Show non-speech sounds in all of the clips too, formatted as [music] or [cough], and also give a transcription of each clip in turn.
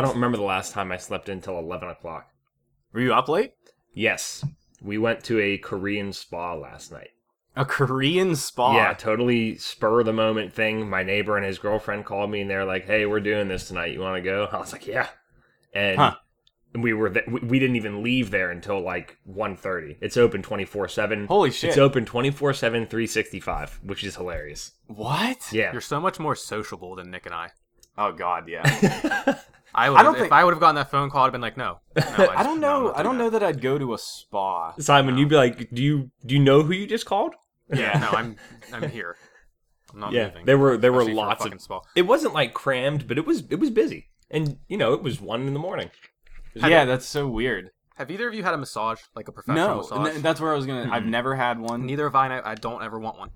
don't remember the last time I slept until eleven o'clock. Were you up late? Yes, we went to a Korean spa last night. A Korean spa. Yeah, totally spur of the moment thing. My neighbor and his girlfriend called me and they're like, "Hey, we're doing this tonight. You want to go?" I was like, "Yeah." And Huh. we were th- we- we didn't even leave there until like 1.30. It's open 24/7. Holy shit. It's open 24/7 365, which is hilarious. What? Yeah. You're so much more sociable than Nick and I. Oh god, yeah. [laughs] I would. I don't if think- I would have gotten that phone call, I'd have been like, no. [laughs] no I don't know. I don't know that I'd go to a spa. Simon, you'd be like, "Do you do you know who you just called?" [laughs] Yeah, no, I'm. [laughs] I'm here. I'm not Yeah. moving. There were there were Especially for a lots of fucking small- It wasn't like crammed, but it was it was busy. And you know, it was 1 in the morning. Yeah, that's so weird. Have either of you had a massage, like a professional No, massage? n- that's where I was gonna. Mm-hmm. I've never had one. Neither have I. and I, I don't ever want one.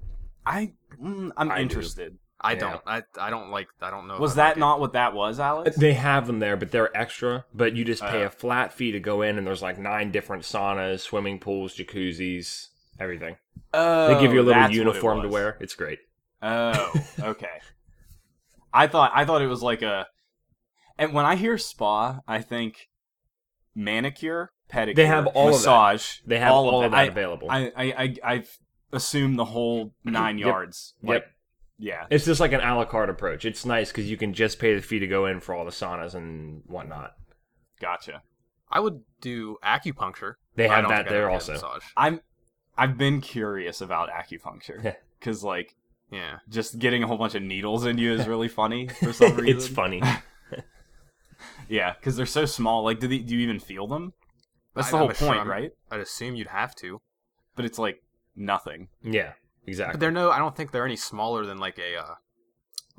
I, mm, I'm I do. interested. I Yeah. don't. I, I don't like. I don't know. Was if I that not what that was, Alex? They have them there, but they're extra. But you just pay Uh. a flat fee to go in, and there's like nine different saunas, swimming pools, jacuzzis, everything. Oh, They give you a little that's what it uniform to was. wear. It's great. [laughs] Oh, okay. I thought I thought it was like a. And when I hear spa, I think manicure, pedicure. They have all of that. massage. They have all, of that I- available. I, I I I assume the whole [clears throat] nine Yep. yards. Like, yep. Yeah. It's just like an a la carte approach. It's nice because you can just pay the fee to go in for all the saunas and whatnot. Gotcha. I would do acupuncture. They I have don't that think I'd there ever get also. a Massage. I'm. I've been curious about acupuncture because like Yeah. just getting a whole bunch of needles in you is [laughs] really funny for some reason. it's [laughs] funny. Yeah, because they're so small. Like, do they, do you even feel them? That's I- the I'm whole sure- point, I'm- right? I'd assume you'd have to. But it's like nothing. yeah, But exactly. they're no. I don't think they're any smaller than like a, uh,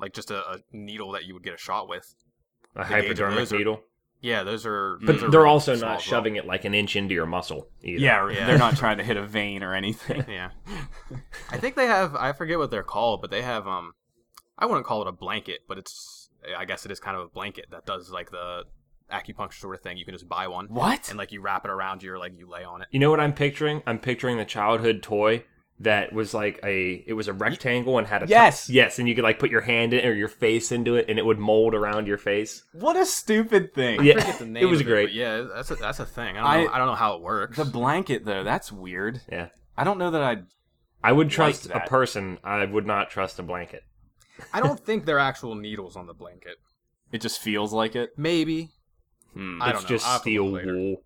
like just a, a needle that you would get a shot with. A the gauge of hypodermic those are- needle. Yeah, those are. But those are they're really also small not as well. shoving it like an inch into your muscle either. Yeah, Yeah. [laughs] they're not trying to hit a vein or anything. Yeah. I think they have. I forget what they're called, but they have. Um, I wouldn't call it a blanket, but it's. I guess it is kind of a blanket that does like the acupuncture sort of thing. You can just buy one What? and like you wrap it around you, or like you lay on it. You know what I'm picturing? I'm picturing the childhood toy that was like a it was a rectangle and had a Yes. top- yes, and you could like put your hand in or your face into it and it would mold around your face. What a stupid thing. Yeah, I forget the it name was of great. but yeah, that's a, that's a thing. I don't, know, I- I don't know how it works. The blanket, though, that's weird. Yeah. I don't know that I'd. I would trust Like that. a person. I would not trust a blanket. [laughs] I don't think they're actual needles on the blanket. It just feels like it. Maybe. Hmm. I It's don't know. just I'll have to steel look later. wool.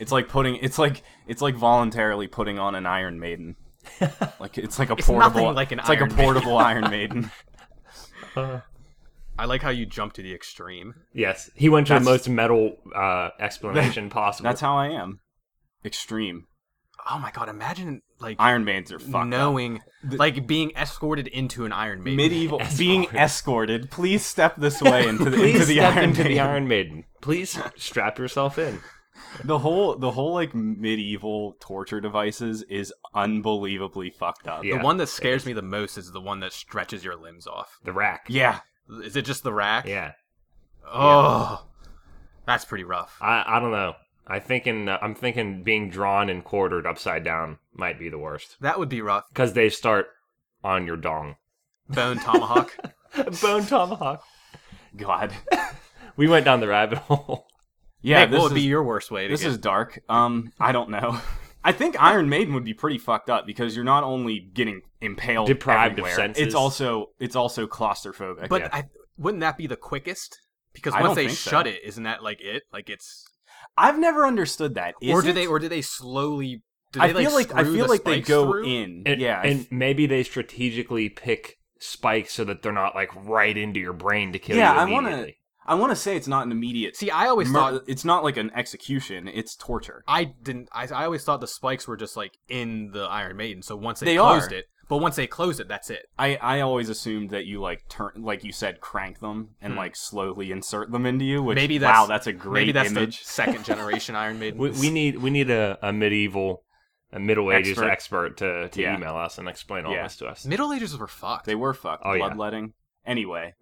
It's like putting. It's like it's like voluntarily putting on an Iron Maiden. Like it's like a portable. nothing like an it's like Iron a Maiden. portable Iron Maiden. Uh-huh. I like how you jump to the extreme. Yes, he went to the That's- most metal uh, [laughs] explanation possible. That's how I am. Extreme Oh my god! Imagine like Iron Maidens are fucked. up. knowing, like being escorted into an Iron Maiden. medieval Escorted. being escorted. Please step this way into [laughs] the, Please into the step Iron into the Maiden. Iron Maiden. Please strap yourself in. The whole the whole like medieval torture devices is unbelievably fucked up. Yeah. The one that scares me the most is the one that stretches your limbs off. The rack. Yeah. Is it just the rack? Yeah. Oh, that's pretty rough. I I don't know. I thinking uh, I'm thinking being drawn and quartered upside down might be the worst. That would be rough. because they start on your [laughs] dong. Bone tomahawk. Bone tomahawk. God. We went down the rabbit hole. [laughs] [laughs] Yeah, Nick, this what would is be your worst way? To this get- is dark. Um I don't know. [laughs] I think Iron Maiden would be pretty fucked up because you're not only getting impaled Deprived of everywhere, senses. It's also it's also claustrophobic. but yeah. I, wouldn't that be the quickest? Because I once don't they think so. shut it, isn't that like it? Like it's I've never understood that. Is or do it? they or do they slowly? Do they I feel like, I screw feel the like they spikes go through? in. And, yeah, I and maybe they strategically pick spikes so that they're not like right into your brain to kill Yeah, I you wanna- immediately. I want to say it's not an immediate. See, I always mur- thought it's not like an execution. It's torture. I didn't. I, I always thought the spikes were just like in the Iron Maiden. So once they, They closed are. it, but once they closed it, that's it. I I always assumed that you like turn, like you said, crank them and like slowly insert them into you. Which Maybe wow, that's- Hmm. that's a great Maybe that's image. the second [laughs] generation Iron Maiden. We, we need we need a, a medieval, a Middle Ages Expert. expert to, to Yeah. email us and explain all Yeah. this to us. Middle Ages were fucked. They were fucked. Oh, yeah. bloodletting. Anyway,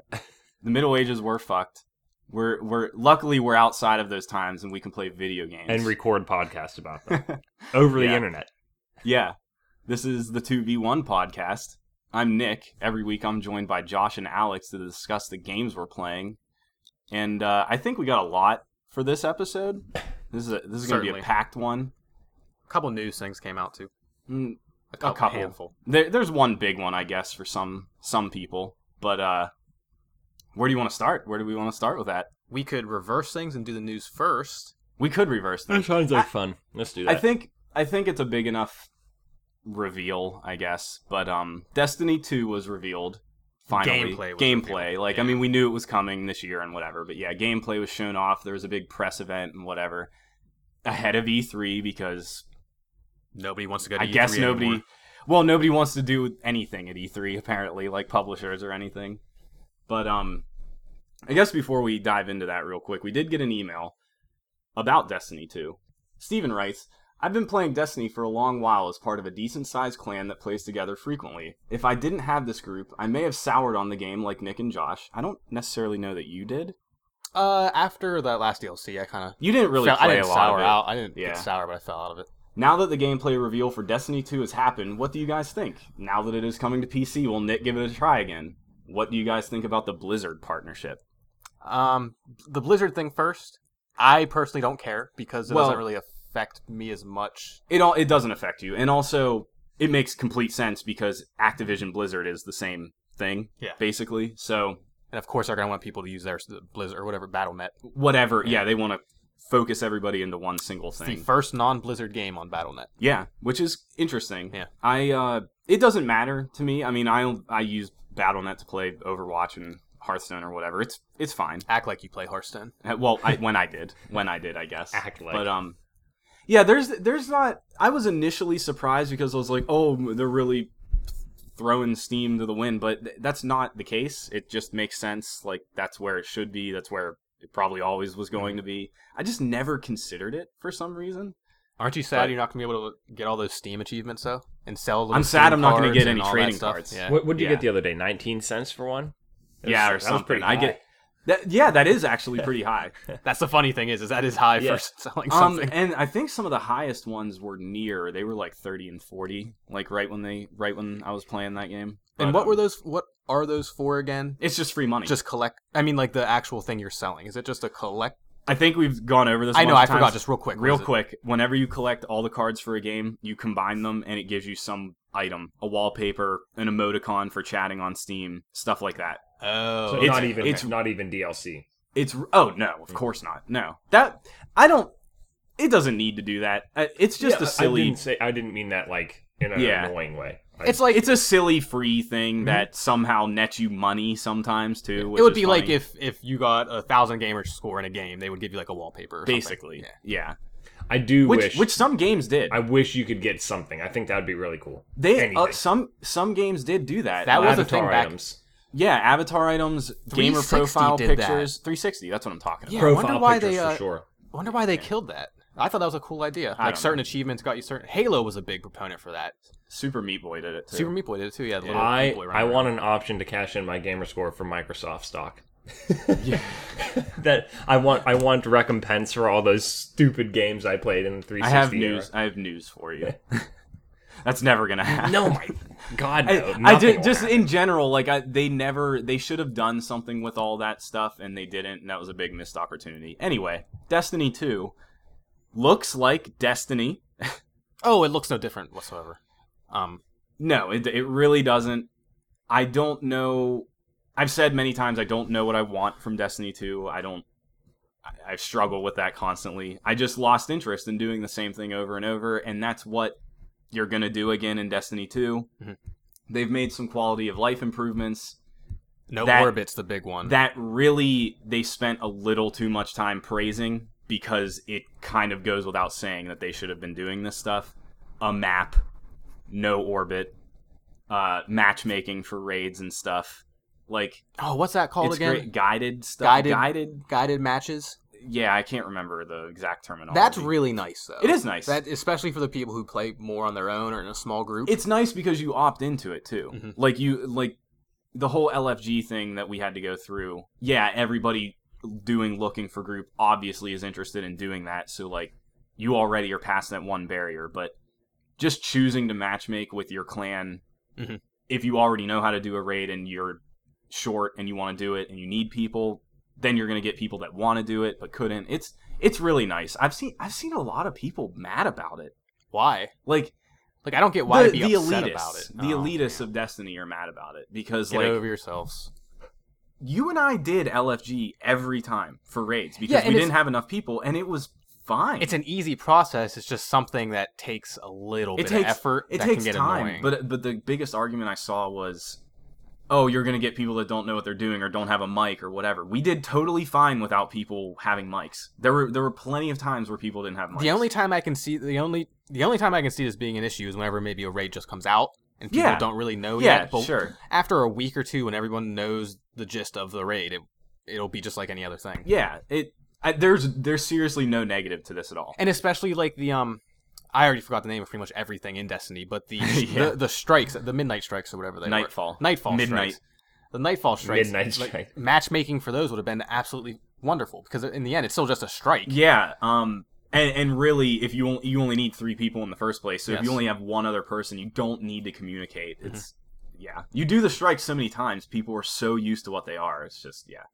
the Middle Ages were fucked. We're we're luckily we're outside of those times and we can play video games And record podcasts about them [laughs] over the Yeah. internet. yeah, this is the Two V One podcast. I'm Nick. Every week I'm joined by Josh and Alex to discuss the games we're playing. and uh, I think we got a lot for this episode. This is a, this is going to be Certainly. a packed one. A couple news things came out too. Mm, A couple, couple. handful. There, there's one big one, I guess, for some some people. But uh, where do you want to start? Where do we want to start with that? We could reverse things and do the news first. We could reverse That things. sounds like fun. Let's do that. I think I think it's a big enough reveal, I guess. But um, Destiny Two was revealed. Finally, Gameplay was gameplay. revealed, Like I yeah. mean, we knew it was coming this year and whatever. But yeah, gameplay was shown off. There was a big press event and whatever ahead of E3 because Nobody wants to go to I E3 guess E anymore. nobody. Well, nobody wants to do anything at E3 apparently, like publishers or anything. But um, I guess before we dive into that real quick, we did get an email about Destiny 2. Steven writes, I've been playing Destiny for a long while as part of a decent sized clan that plays together frequently. If I didn't have this group, I may have soured on the game like Nick and Josh. I don't necessarily know that you did. Uh, after that last DLC, I kind of You didn't really I play didn't a lot sour of it. out. I didn't Yeah. get sour, but I fell out of it. Now that the gameplay reveal for Destiny 2 has happened, what do you guys think? Now that it is coming to PC, will Nick give it a try again? What do you guys think about the Blizzard partnership? Um, the Blizzard thing first. I personally don't care because it Well- doesn't really affect me as much. It all it doesn't affect you, and also it makes complete sense because Activision Blizzard is the same thing, Yeah. basically. So And of course, they're gonna want people to use their s- Blizzard or whatever BattleNet. whatever, yeah, they want to focus everybody into one single It's thing. the first non-Blizzard game on BattleNet. Yeah, which is interesting. Yeah. I uh, it doesn't matter to me. I mean, I I use BattleNet to play Overwatch and Hearthstone or whatever. It's it's fine. Act like you play Hearthstone. Uh, Well, I, when I did, when I did, I guess. Act like. But um, yeah. There's there's not. I was initially surprised because I was like, oh, they're really throwing steam to the wind, but th- that's not the case. It just makes sense. Like that's where it should be. That's where it probably always was going to be. I just never considered it for some reason. Aren't you sad But- you're not gonna be able to get all those Steam achievements though, and sell? Little I'm sad Steam I'm not gonna cards get and any all that trading stuff. cards. Yeah. What would you Yeah. get the other day? Nineteen cents for one. That yeah, or was- that was something. pretty I high. get. That, yeah, that is [laughs] actually pretty high. That's the funny thing is, is that is high Yeah. for [laughs] selling Um, something. and I think some of the highest ones were near. They were like thirty and forty, like right when they, right when I was playing that game. But, and what um, were those? What are those for again? It's just free money. Just collect. I mean, like the actual thing you're selling. Is it just a collect? I think we've gone over this. I a know. I bunch of forgot. times. Just real quick. what real is it? quick. Whenever you collect all the cards for a game, you combine them, and it gives you some item, a wallpaper, an emoticon for chatting on Steam, stuff like that. Oh, So It's- not even it's- not even DLC. It's oh no, of course not. No, that I don't. It doesn't need to do that. Uh, It's just Yeah, a I silly. didn't say. I didn't mean that like in an Yeah. annoying way. I- It's like it's a silly free thing that somehow nets you money sometimes too. which Mm-hmm. it would is be like funny. if if you got a thousand gamers score in a game, they would give you like a wallpaper. Or something. basically, yeah. I do Which wish. which some games did. I wish you could get something. I think that would be really cool. they Anything. uh, some some games did do that. That Like, was a thing Avatar back- items. yeah, avatar items, gamer 360 profile did that. pictures, 360. That's what I'm talking Yeah, about. I wonder Profile why pictures they, uh, for sure. I wonder why they killed that. I thought that was a cool idea. Like don't certain achievements got you certain. Halo was a big proponent for that. Super Meat Boy did it too. Super Meat Boy did it too. Yeah, the little I Meat Boy running I around. want an option to cash in my gamer score for Microsoft stock. [laughs] that I want I want recompense for all those stupid games I played in the 360. I have era. news. I have news for you. That's never gonna happen. No, my God, no. [laughs] I, I nothing ju- will just happen. in general, like I, they never, they should have done something with all that stuff, and they didn't, and that was a big missed opportunity. Anyway, Destiny Two looks like Destiny. Oh, it looks no different whatsoever. Um, No, it it really doesn't. I don't know. I've said many times I don't know what I want from Destiny Two. I don't. I, I struggle with that constantly. I just lost interest in doing the same thing over and over, and that's what you're gonna do again in Destiny 2 they Mhm. They've made some quality of life improvements. no That- orbits the big one. that really they spent a little too much time praising because it kind of goes without saying that they should have been doing this stuff. A map, no orbit, uh, matchmaking for raids and stuff. Like oh, what's that called it's again? great guided stuff. Guided- guided. Guided matches. Yeah, I can't remember the exact terminology. That's really nice though. It is nice. That especially for the people who play more on their own or in a small group. It's nice because you opt into it too. Mhm. Like you like the whole LFG thing that we had to go through. Yeah, everybody doing looking for group obviously is interested in doing that. So like you already are past that one barrier, but just choosing to matchmake with your clan Mhm. if you already know how to do a raid and you're short and you want to do it and you need people, then you're going to get people that want to do it but couldn't. It's it's really nice. I've seen I've seen a lot of people mad about it. Why? Like Like I don't get why the, to be the upset elitists, about it. the Oh, elitists of Destiny are mad about it because Get like over yourselves. you and I did LFG every time for raids because Yeah, and we it's- didn't have enough people and it was fine. It's an easy process. It's just something that takes a little It bit takes- of effort. it that takes can get time, annoying. but but the biggest argument I saw was, oh, you're gonna get people that don't know what they're doing or don't have a mic or whatever. We did totally fine without people having mics. There were there were plenty of times where people didn't have mics. the only time I can see the only the only time I can see this being an issue is whenever maybe a raid just comes out and people Yeah. don't really know yeah, yet. oh, But sure, after a week or two, when everyone knows the gist of the raid, it, it'll be just like any other thing. yeah. It I, there's there's seriously no negative to this at all. and especially like the um I already forgot the name of pretty much everything in Destiny, [laughs] but the Yeah. the, the strikes, the midnight strikes or whatever they Nightfall. were. Nightfall Midnight. strikes. The nightfall strikes. Midnight like, strike. matchmaking for those would have been absolutely wonderful because in the end it's still just a strike. Yeah. Um. And, and really, if you only, you only need three people in the first place, so if you Yes. only have one other person, you don't need to communicate. It's yeah. You do the strike so many times, people are so used to what they are. It's just yeah.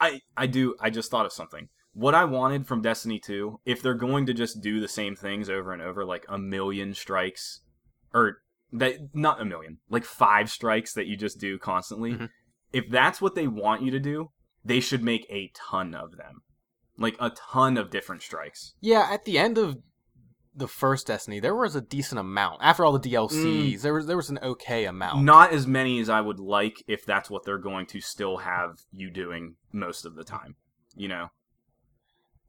I I do. I just thought of something. What I wanted from Destiny Two, if they're going to just do the same things over and over, like a million strikes, or that not a million, like five strikes that you just do constantly. Mhm. If that's what they want you to do, they should make a ton of them like a ton of different strikes. Yeah, at the end of the first Destiny, there was a decent amount. After all the DLCs, Mm. there was there was an okay amount. Not as many as I would like if that's what they're going to still have you doing most of the time. You know?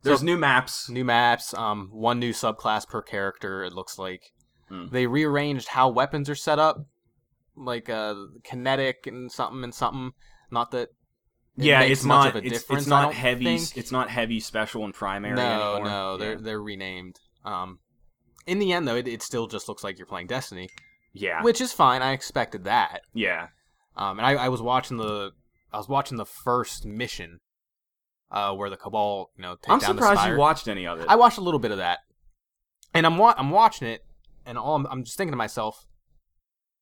There's So- new maps. New maps, um, one new subclass per character. It looks like Hmm. they rearranged how weapons are set up, like uh, kinetic and something and something. Not that it yeah, makes it's much not of a it's, difference, it's I not don't heavy think. it's not heavy special and primary no, anymore. no, they're yeah. they're renamed. Um, in the end though, it, it still just looks like you're playing Destiny, Yeah. which is fine. I expected that. yeah. Um, and I, I was watching the I was watching the first mission, uh, where the Cabal you know take I'm down the surprised Spire. you watched any of it. I watched a little bit of that, and I'm wa- I'm watching it, and all I'm, I'm just thinking to myself,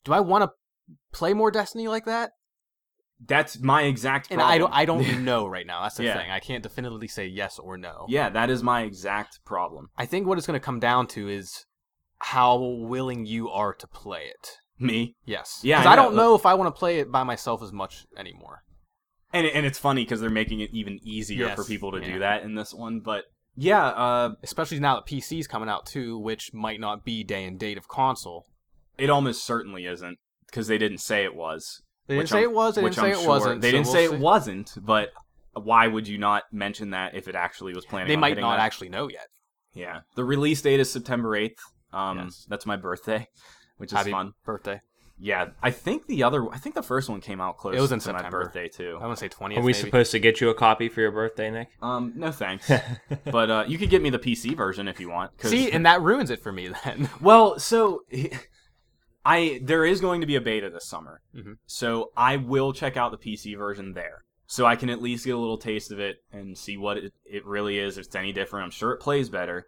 do I want to play more Destiny like that? that's my exact And problem. I don't I don't [laughs] know right now. That's the Yeah. thing. I can't definitively say yes or no. [laughs] Yeah, that is my exact problem. I think what it's going to come down to is how willing you are to play it. Me. Yes. Yeah, 'Cause I I know. don't know if I want to play it by myself as much anymore. And it- and it's funny cuz they're making it even easier Yes, for people to yeah. do that in this one, but yeah, uh especially now that PC's coming out too, which might not be day and date of console. It almost certainly isn't because they didn't say it was. They didn't Which say I'm- it was. They which didn't I'm say it sure- wasn't. They so didn't we'll say see. it wasn't, but why would you not mention that if it actually was planning? They on might hitting not that? actually know yet. Yeah, the release date is September eighth. Um, Yes. that's my birthday, which is Happy fun. birthday! Yeah, I think the other, I think the first one came out close. It was in to my September. birthday I too. want to say twentieth. Are we maybe. [laughs] supposed to get you a copy for your birthday, Nick? Um, no thanks. but uh, you could get me the PC version if you want. 'cause- see? And that ruins it for me then. [laughs] Well, so I there is going to be a beta this summer, Mhm. so I will check out the PC version there, so I can at least get a little taste of it and see what it, it really is. If it's any different, I'm sure it plays better.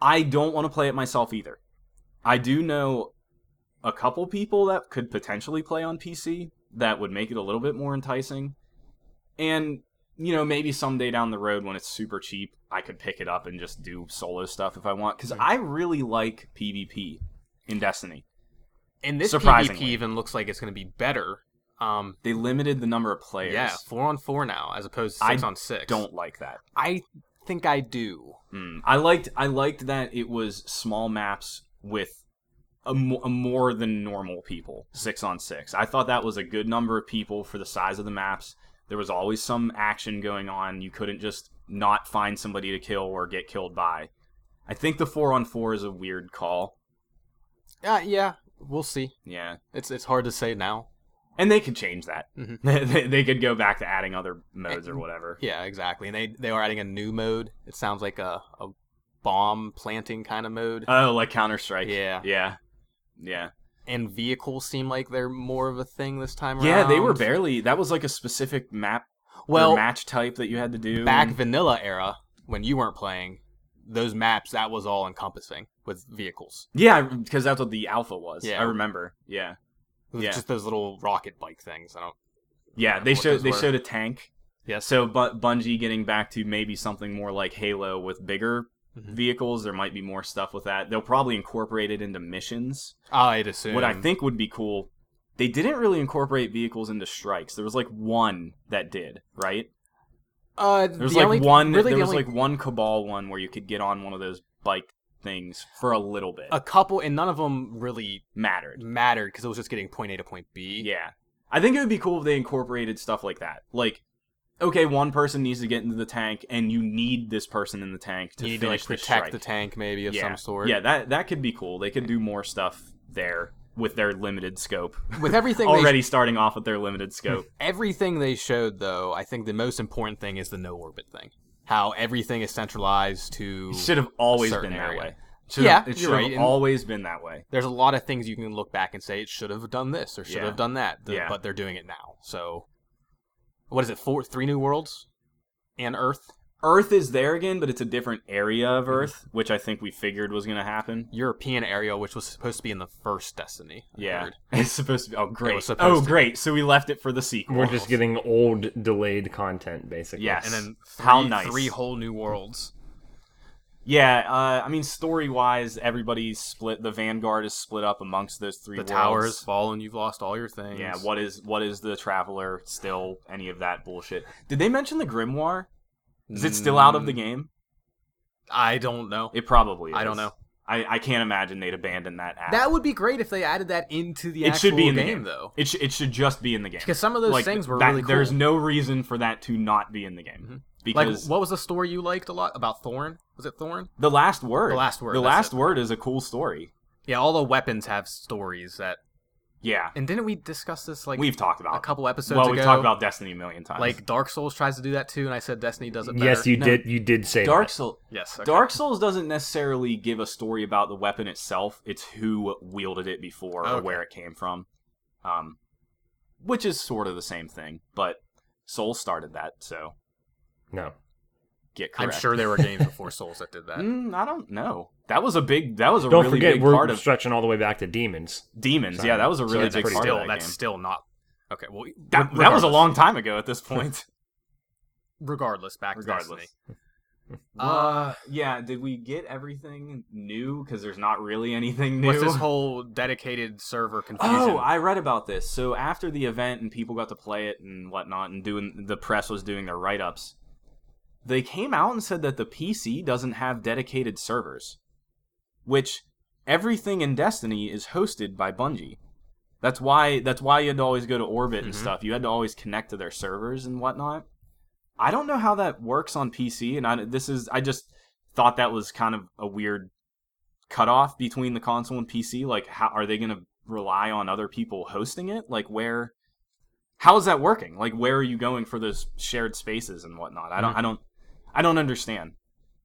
I don't want to play it myself either. I do know a couple people that could potentially play on PC that would make it a little bit more enticing, and you know maybe someday down the road when it's super cheap i could pick it up and just do solo stuff if i want because i really like pvp in destiny and this PvP Surprisingly. even looks like it's going to be better. Um, they limited the number of players yeah, four on four now as opposed to I six on six. don't like that I think I do. Mm. I liked I liked that it was small maps with a, mo- a more than normal people, six on six. I thought that was a good number of people for the size of the maps. There was always some action going on. You couldn't just not find somebody to kill or get killed by. I think the four on four is a weird call. Uh, yeah, we'll see. Yeah, It's it's hard to say now. and they could change that. [laughs] Mhm. they, they could go back to adding other modes or whatever. Yeah, exactly. And they they are adding a new mode. It sounds like a a bomb planting kind of mode. Oh, like Counter Strike. yeah. yeah, yeah. and vehicles seem like they're more of a thing this time Yeah, around. they were barely. That was like a specific map well, well match type that you had to do. back vanilla era when you weren't playing those maps. That was all encompassing with vehicles, yeah, because that's what the alpha was. Yeah. I remember. Yeah, It was Yeah. just those little rocket bike things. I don't. yeah. They What showed those they were. showed a tank. Yeah, so but Bungie getting back to maybe something more like Halo with bigger Mhm. vehicles. There might be more stuff with that. They'll probably incorporate it into missions. I'd assume. What I think would be cool, they didn't really incorporate vehicles into strikes. There was like one that did, right? Uh, There was the like only- one. Really, there the was only- like one Cabal one where you could get on one of those bike things for a little bit. a couple, and none of them really mattered. mattered because it was just getting point A to point B. Yeah. I think it would be cool if they incorporated stuff like that. Like, okay, one person needs to get into the tank, and you need this person in the tank to you need to finish like the protect strike. the tank maybe of yeah. some sort. Yeah, that that could be cool. They could do more stuff there with their limited scope. With everything they Already starting off with their limited scope. everything they showed though, I think the most important thing is the no orbit thing. How everything is centralized to It should have always Certain been that area. way. Should've- Yeah, it you're should have right, and- always been that way. there's a lot of things you can look back and say it should have done this or should Yeah. have done that, th- Yeah. but they're doing it now. So what is it? Four three new worlds and Earth? Earth is there again, but it's a different area Mm-hmm. of Earth, which I think we figured was going to happen. European area, which was supposed to be in the first Destiny. I Yeah, heard. [laughs] it's supposed to be. Oh, great! supposed Oh, to be. great! So we left it for the sequel. We're just getting old, delayed content, basically. Yes. And then three, How nice. three whole new worlds. Yeah, uh, I mean, story wise, everybody's split. The Vanguard is split up amongst those three. The worlds. tower has fallen, you've lost all your things. Yeah, what is what is the Traveler still? Any of that bullshit? Did they mention the Grimoire? Is it still out of the Mm, game? I don't know. It probably. Is. I don't know. I, I can't imagine they'd abandon that app. That would be great if they added that into the it actual should be in game, the game though. It sh- it should just be in the game. Because some of those Like, things were that- really cool. There's no reason for that to not be in the game. Mhm. like, Because what was the story you liked a lot about Thorn? Was it Thorn? the last word, The Last Word, the that's last it. word is a cool story. Yeah, all the weapons have stories that. Yeah, And didn't we discuss this like we've talked about a couple episodes Well, ago? we've talked about Destiny a million times. like Dark Souls tries to do that too, and I said Destiny does it. Better. Yes, you No. did. You did say Dark Souls. Yes, okay. Dark Souls doesn't necessarily give a story about the weapon itself. It's who wielded it before or Okay. where it came from, um, which is sort of the same thing. But Soul started that, so that. No. get correct. I'm sure there were [laughs] games before Souls that did that. Mm, I don't know. That was a big. That was a Don't really forget, big we're part of stretching all the way back to demons. Demons. Sorry. Yeah, that was a So really that's big pretty part still of that that's game. still not okay. Well, That, that was a long time ago at this point. Regardless, back to Destiny. regardless. Uh, yeah, did we get everything new? Because there's not really anything new. what's this whole dedicated server confusion? Oh, I read about this. So after the event and people got to play it and whatnot, and doing the press was doing their write ups, they came out and said that the PC doesn't have dedicated servers, which everything in Destiny is hosted by Bungie. That's why that's why you had to always go to orbit and Mhm. stuff. You had to always connect to their servers and whatnot. I don't know how that works on PC, and I, this is I just thought that was kind of a weird cutoff between the console and PC? Like, how are they going to rely on other people hosting it? Like, where? How is that working? Like, where are you going for those shared spaces and whatnot? I don't, Mm-hmm. I don't, I don't understand.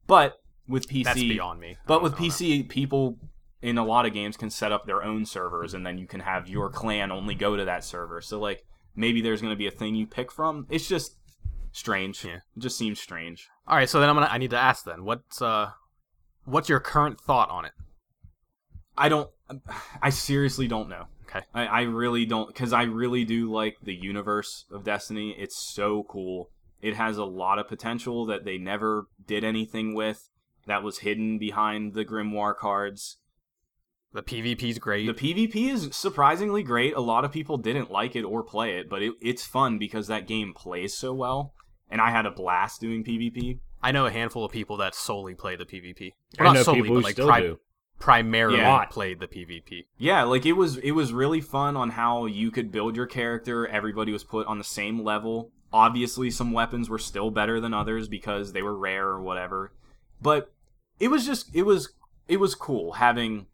But with PC, that's beyond me. I but don't- with I don't know. PC, people in a lot of games can set up their own servers, and then you can have your clan only go to that server. So like, maybe there's going to be a thing you pick from. It's just strange. Yeah. It just seems strange. All right, so then I'm gonna. I need to ask then. What's uh, what's your current thought on it? I don't. I seriously don't know. Okay. I, I really don't because I really do like the universe of Destiny. It's so cool. It has a lot of potential that they never did anything with. That was hidden behind the Grimoire cards. The PvP's great. The PvP is surprisingly great. A lot of people didn't like it or play it, but it, it's fun because that game plays so well. And I had a blast doing PvP. I know a handful of people that solely play the PvP. I Well, not know solely, people but who like still pri- do. primarily Yeah. played the PvP. Yeah, like it was it was really fun on how you could build your character. Everybody was put on the same level. Obviously, some weapons were still better than others because they were rare or whatever. But it was just it was it was cool having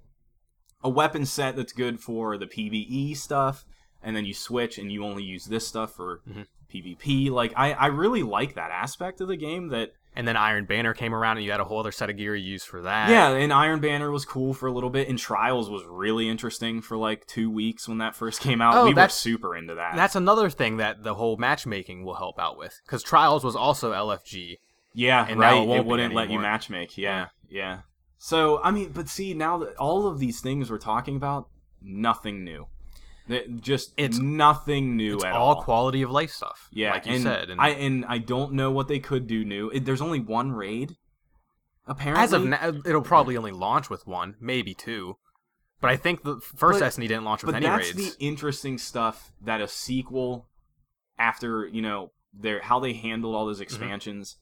a weapon set that's good for the PvE stuff and then you switch and you only use this stuff for Mhm. PvP. Like I I really like that aspect of the game that And then Iron Banner came around, and you had a whole other set of gear you used for that. yeah, and Iron Banner was cool for a little bit, and Trials was really interesting for like two weeks when that first came out. Oh, we were that's- super into that. that's another thing that the whole matchmaking will help out with, because Trials was also LFG. yeah, and now right. it won't it be wouldn't let you anymore. matchmake. Yeah, yeah. So I mean, but see, now that all of these things we're talking about, nothing new. It- just It's- nothing new It's at all quality of life stuff. Yeah, like you and said. And I and I don't know what they could do new. It, there's only one raid, apparently. as of now, it'll probably only launch with one, maybe two. But I think the first But- Destiny didn't launch with but any that's raids. the interesting stuff that a sequel, after you know their how they handled all Mm-hmm. those expansions.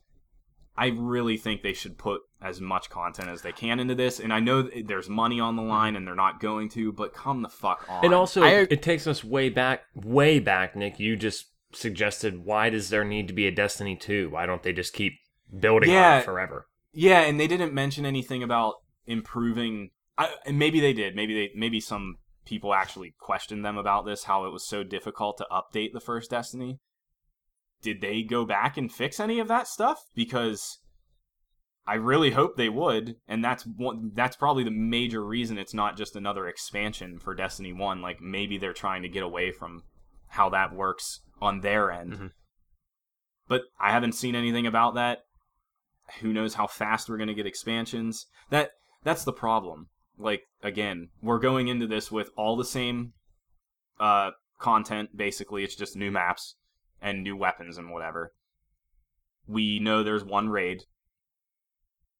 I really think they should put as much content as they can into this, and I know th- there's money on the Mm-hmm. line, and they're not going to. But come the fuck on. And also, I- it takes us way back, way back, Nick. You just suggested why does there need to be a Destiny 2? Why don't they just keep building on Yeah. it forever? Yeah, and they didn't mention anything about improving. I, and maybe they did. Maybe they maybe some people actually questioned them about this, how it was so difficult to update the first Destiny. Did they go back and fix any of that stuff? Because I really hope they would, and that's one, that's probably the major reason it's not just another expansion for Destiny One. Like maybe they're trying to get away from how that works on their end. Mhm. But I haven't seen anything about that who knows how fast we're going to get expansions that that's the problem like again we're going into this with all the same uh content basically it's just new maps and new weapons and whatever we know there's one raid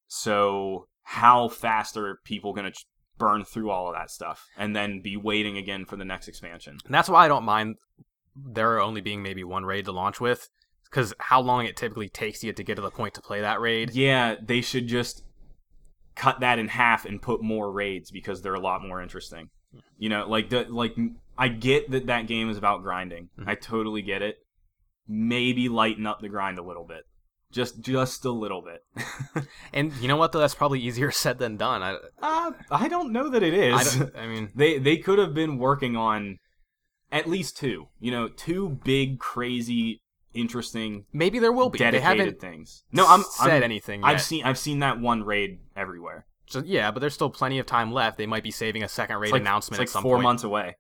so how fast are people going to ch- burn through all of that stuff and then be waiting again for the next expansion And that's why I don't mind there only being maybe one raid to launch with, because how long it typically takes you to get to the point to play that raid. yeah they should just cut that in half and put more raids because they're a lot more interesting you know like the like i get that that game is about grinding Mhm. i totally get it maybe lighten up the grind a little bit just just a little bit [laughs] And you know what though, that's probably easier [laughs] said than done. I, uh, i don't know that it is [laughs] I, don't- I mean, they they could have been working on at least two you know two big crazy interesting maybe there will be. They dedicated haven't things no i'm said I'm- anything. Yet. i've seen i've seen that one raid everywhere So, yeah, but there's still plenty of time left. They might be saving a second raid It's like- announcement It's at like some four point. months away,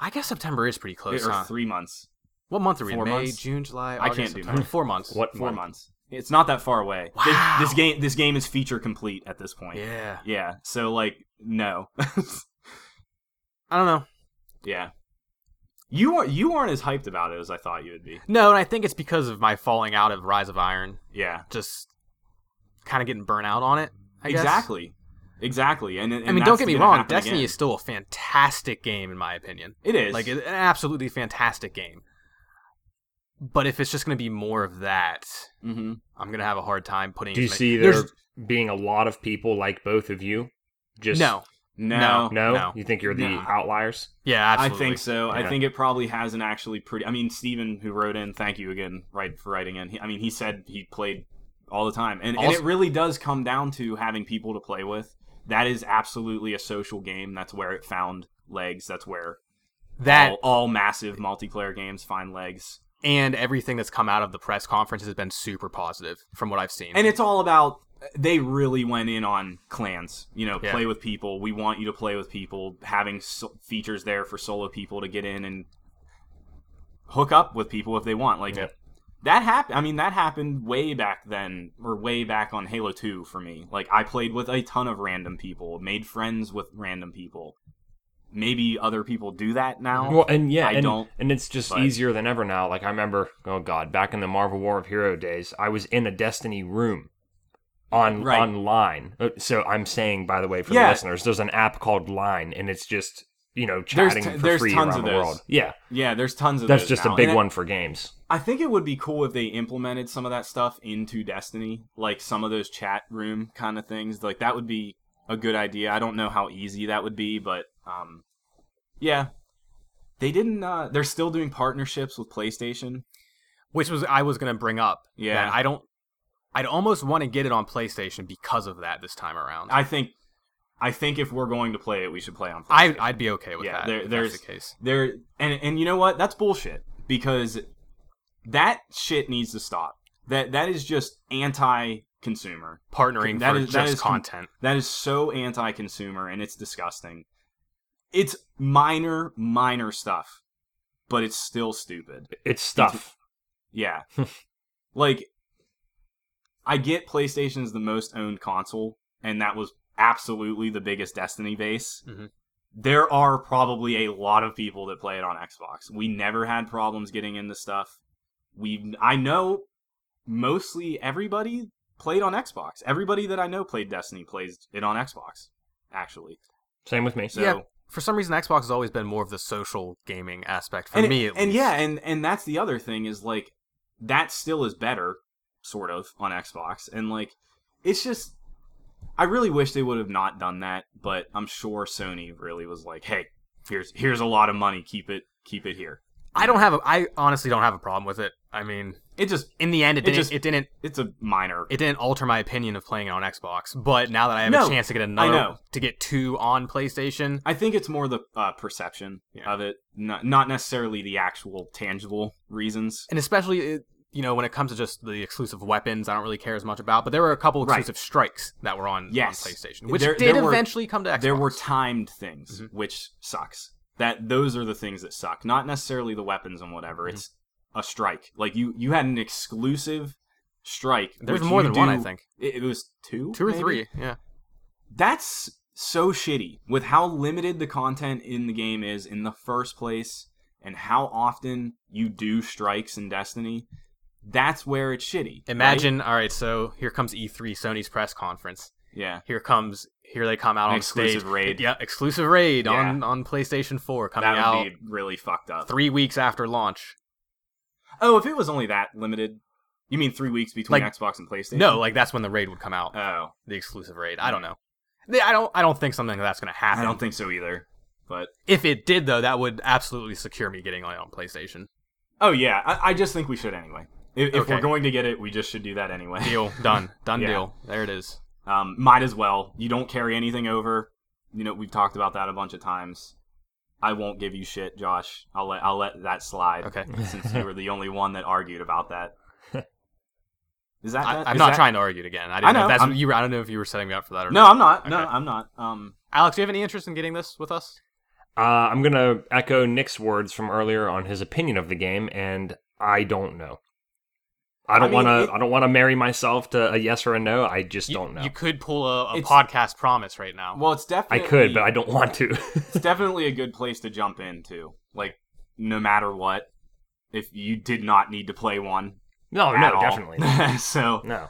I guess September is pretty close. or huh? three months. What month are we? in? four May, months? June, July. I August, can't do September. math. four months. What Four month? months. It's not that far away. Thi- Wow. This, game, this game is feature complete at this point. Yeah, Yeah, So like, no. [laughs] I don't know. yeah. You are you aren't as hyped about it as I thought you would be. No, and I think it's because of my falling out of Rise of Iron, Yeah. just kind of getting burnt out on it. I guess. exactly. Exactly. And, and I mean, that's don't get me gonna wrong. happen Destiny again. is still a fantastic game, in my opinion. It is Like, it- an absolutely fantastic game. But if it's just going to be more of that, hmm I'm going to have a hard time putting. Do you as many- see there There's- being a lot of people like both of you? Just No. No. No? No. You think you're the No. outliers? Yeah, I absolutely. think so. I Yeah. think it probably hasn't actually pretty. I mean, Steven, who wrote in, thank you again, right for writing in. He, I mean, he said he played all the time, and, and Also- it really does come down to having people to play with. That is absolutely a social game. That's where it found legs. That's where That all, all massive multiplayer games find legs. and everything that's come out of the press conference has been super positive from what I've seen. And it's all about they really went in on clans. You know, Yeah. play with people. We want you to play with people. Having so- features there for solo people to get in and hook up with people if they want. Like Yep. that happened. I mean, that happened way back then, or way back on Halo Two for me. Like I played with a ton of random people, made friends with random people. Maybe other people do that now. Well, and yeah, I and, don't, and it's just but- easier than ever now. Like I remember, oh god, back in the Marvel War of Hero days, I was in a Destiny room on Right. online. Uh, So I'm saying, by the way, for Yeah. the listeners, there's an app called Line, and it's just you know There's chatting t- for there's free tons around of the those. world. Yeah, Yeah, there's tons of that's those just now. a big And I- one for games. I think it would be cool if they implemented some of that stuff into Destiny, like some of those chat room kind of things. Like that would be a good idea. I don't know how easy that would be, but um, yeah, they didn't. Uh, they're still doing partnerships with PlayStation. which was I was going to bring up. Yeah. that I don't. I'd almost want to get it on PlayStation because of that this time around. I think, I think if we're going to play it, we should play on. I I'd be okay with Yeah, that. there- if there's- that's the case. there and and you know what that's bullshit because that shit needs to stop that that is just anti-consumer Partnering that for is- that just is com- content. that is so anti-consumer and it's disgusting it's minor minor stuff but it's still stupid It's stuff. yeah. like, I get PlayStation's the most owned console, and that was absolutely the biggest Destiny base. Mhm. there are probably a lot of people that play it on Xbox. We never had problems getting into stuff. We I know mostly everybody played on Xbox. Everybody that I know played Destiny plays it on Xbox. Actually, Same with me. so Yeah, For some reason, Xbox has always been more of the social gaming aspect for and me. it- at and least. yeah, and and that's the other thing is like that still is better, sort of, on Xbox, and like it's just I really wish they would have not done that, but I'm sure Sony really was like, hey, here's here's a lot of money, keep it keep it here. I don't have. A, I honestly don't have a problem with it. I mean, It just in the end, it It didn't. It, just- didn't. it's a minor. It didn't alter my opinion of playing it on Xbox. But now that I have No, a chance to get another, know. to get two on PlayStation, I think it's more the uh, perception Yeah. of it, not not necessarily the actual tangible reasons. and especially it, you know when it comes to just the exclusive weapons, I don't really care as much about. But there were a couple Right. exclusive strikes that were on, Yes. on PlayStation, which There- did there were- eventually come to Xbox. There were timed things, Mhm. which sucks. That those are the things that suck, not necessarily the weapons and whatever. Mm-hmm. It's a strike. Like you, you had an exclusive strike. There's which more you than one, I do- think, It, it was two, two or maybe? three. Yeah. That's so shitty with how limited the content in the game is in the first place, and how often you do strikes in Destiny. That's where it's shitty. right? Imagine, all right, so here comes E3, Sony's press conference. yeah, Here comes, here they come out An on exclusive stage. raid. Yeah, exclusive raid on on PlayStation 4 coming that would out be really fucked up. three weeks after launch. Oh, if it was only that limited, you mean three weeks between Like- Xbox and PlayStation? No, like that's when the raid would come out, Oh, the exclusive raid. I don't know. They- I don't. Hmm. I don't think something like that's going to happen. I don't think so either. But If it did, though, that would absolutely secure me getting on it on PlayStation. oh yeah, I, I just think we should anyway. If, if we're Okay. going to get it, we just should do that anyway. [laughs] [laughs] Deal done. Done Yeah. deal. There it is. Um, might as well. You don't carry anything over. You know we've talked about that a bunch of times. I won't give you shit, Josh. I'll let I'll let that slide. Okay. [laughs] Since you were the only one that argued about [laughs] that. Is that? I, that- I'm is not that- trying to argue it again. I, didn't know, Know if that's I'm- what you. were- I don't know if you were setting me up for that or No, not. I'm not. No, Okay. I'm not. Um, Alex, do you have any interest in getting this with us? Uh, I'm going to echo Nick's words from earlier on his opinion of the game, and I don't know. I don't mean, want it- to. I don't want to marry myself to a yes or a no. I just You- don't know. You could pull a, a It's- podcast promise right now. well, it's I definitely could, but I don't want to. [laughs] it's definitely a good place to jump into. Like, no matter what, if you did not need to play one. Oh, no, at no, all. definitely [laughs] not. [laughs] so no.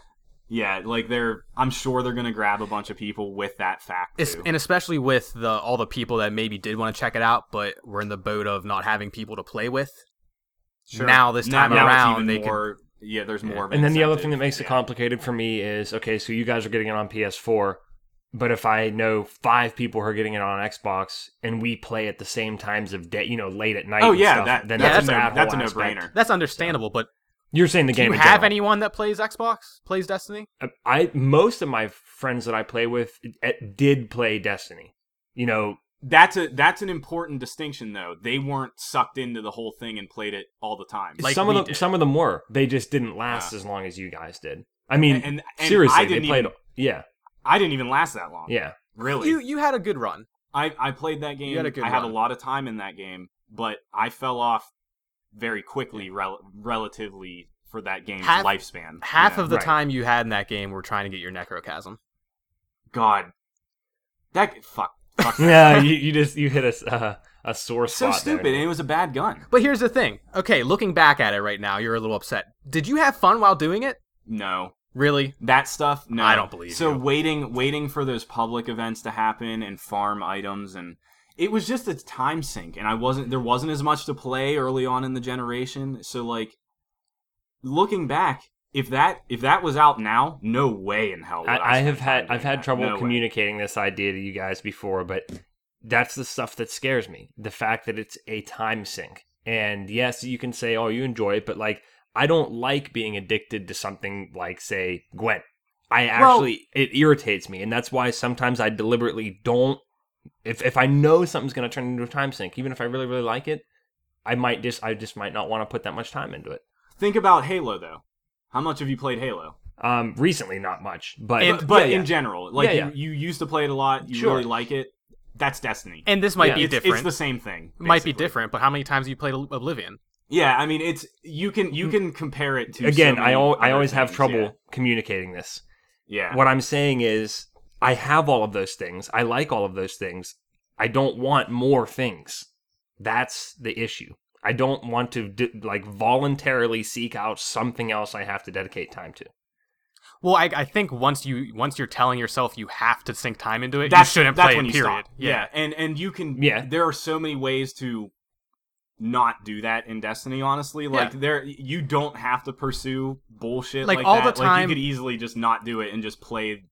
yeah, like they're. I'm sure they're gonna grab a bunch of people with that fact. Es- Too. and especially with the all the people that maybe did want to check it out, but were in the boat of not having people to play with. Now this time now it's around, even they can- more, Yeah, there's more. Of And then the other incentive. thing that makes it Yeah. complicated for me is okay, so you guys are getting it on PS4, but if I know five people who are getting it on Xbox and we play at the same times of day, you know, late at night. Oh and yeah, stuff, that, then that's, that's, a a no, bad that's a whole aspect. no-brainer. That's understandable, but You're saying the do game. you in have general. Uh, anyone that plays Xbox, plays Destiny? I most of my friends that I play with eh, did play Destiny. You know, That's a that's an important distinction though. They weren't sucked into the whole thing and played it all the time. Like some of we them did. some of them were. They just didn't last as long as you guys did. I mean, and, and, and seriously, I didn't they played. Even, yeah, I didn't even last that long. yeah. really. You you had a good run. I, I played that game. You had a good I had a run. lot of time in that game, but I fell off very quickly, rel- relatively for that game's Half- lifespan. Half Yeah. of the right. time you had in that game were trying to get your necrochasm. God, that fuck, [laughs] fuck. yeah, you, you just you hit a s- uh, a sore so spot. there. stupid, and it was a bad gun. But here's the thing. Okay, looking back at it right now, you're a little upset. Did you have fun while doing it? No, Really? that stuff. No, I don't believe So you. waiting, waiting for those public events to happen and farm items, and it was just a time sink. And I wasn't there wasn't as much to play early on in the generation. So like, looking back, if that if that was out now, no way in hell. Would I, I, I have spend time had doing I've had that. trouble No way. communicating this idea to you guys before, but that's the stuff that scares me. The fact that it's a time sink. And yes, you can say, "Oh, you enjoy it," but like I don't like being addicted to something like say Gwent. I Well- actually it irritates me, and that's why sometimes I deliberately don't. If if I know something's going to turn into a time sink, even if I really really like it, I might just I just might not want to put that much time into it. Think about Halo though. How much have you played Halo? Um, recently, not much, but And- But, yeah, but yeah. in general, like Yeah, yeah. You, you used to play it a lot. You Sure. really like it. That's Destiny. And this might Yeah. be it's, different. it's the same thing. might be basically. different, but how many times have you played Ob- Oblivion? Yeah, I mean, it's you can you can compare it to again, so I many al- I other always have things, trouble communicating this. Yeah, yeah. What I'm saying is, I have all of those things. I like all of those things. I don't want more things. That's the issue. I don't want to d- like voluntarily seek out something else I have to dedicate time to. Well, I, I think once you once you're telling yourself you have to sink time into it, That's- you shouldn't that's play when it. you Period. stop. Yeah. and and you can. Yeah. there are so many ways to not do that in Destiny. Honestly, like there you don't have to pursue bullshit Like, like, all that. Like, the you time- could easily just not do it and just play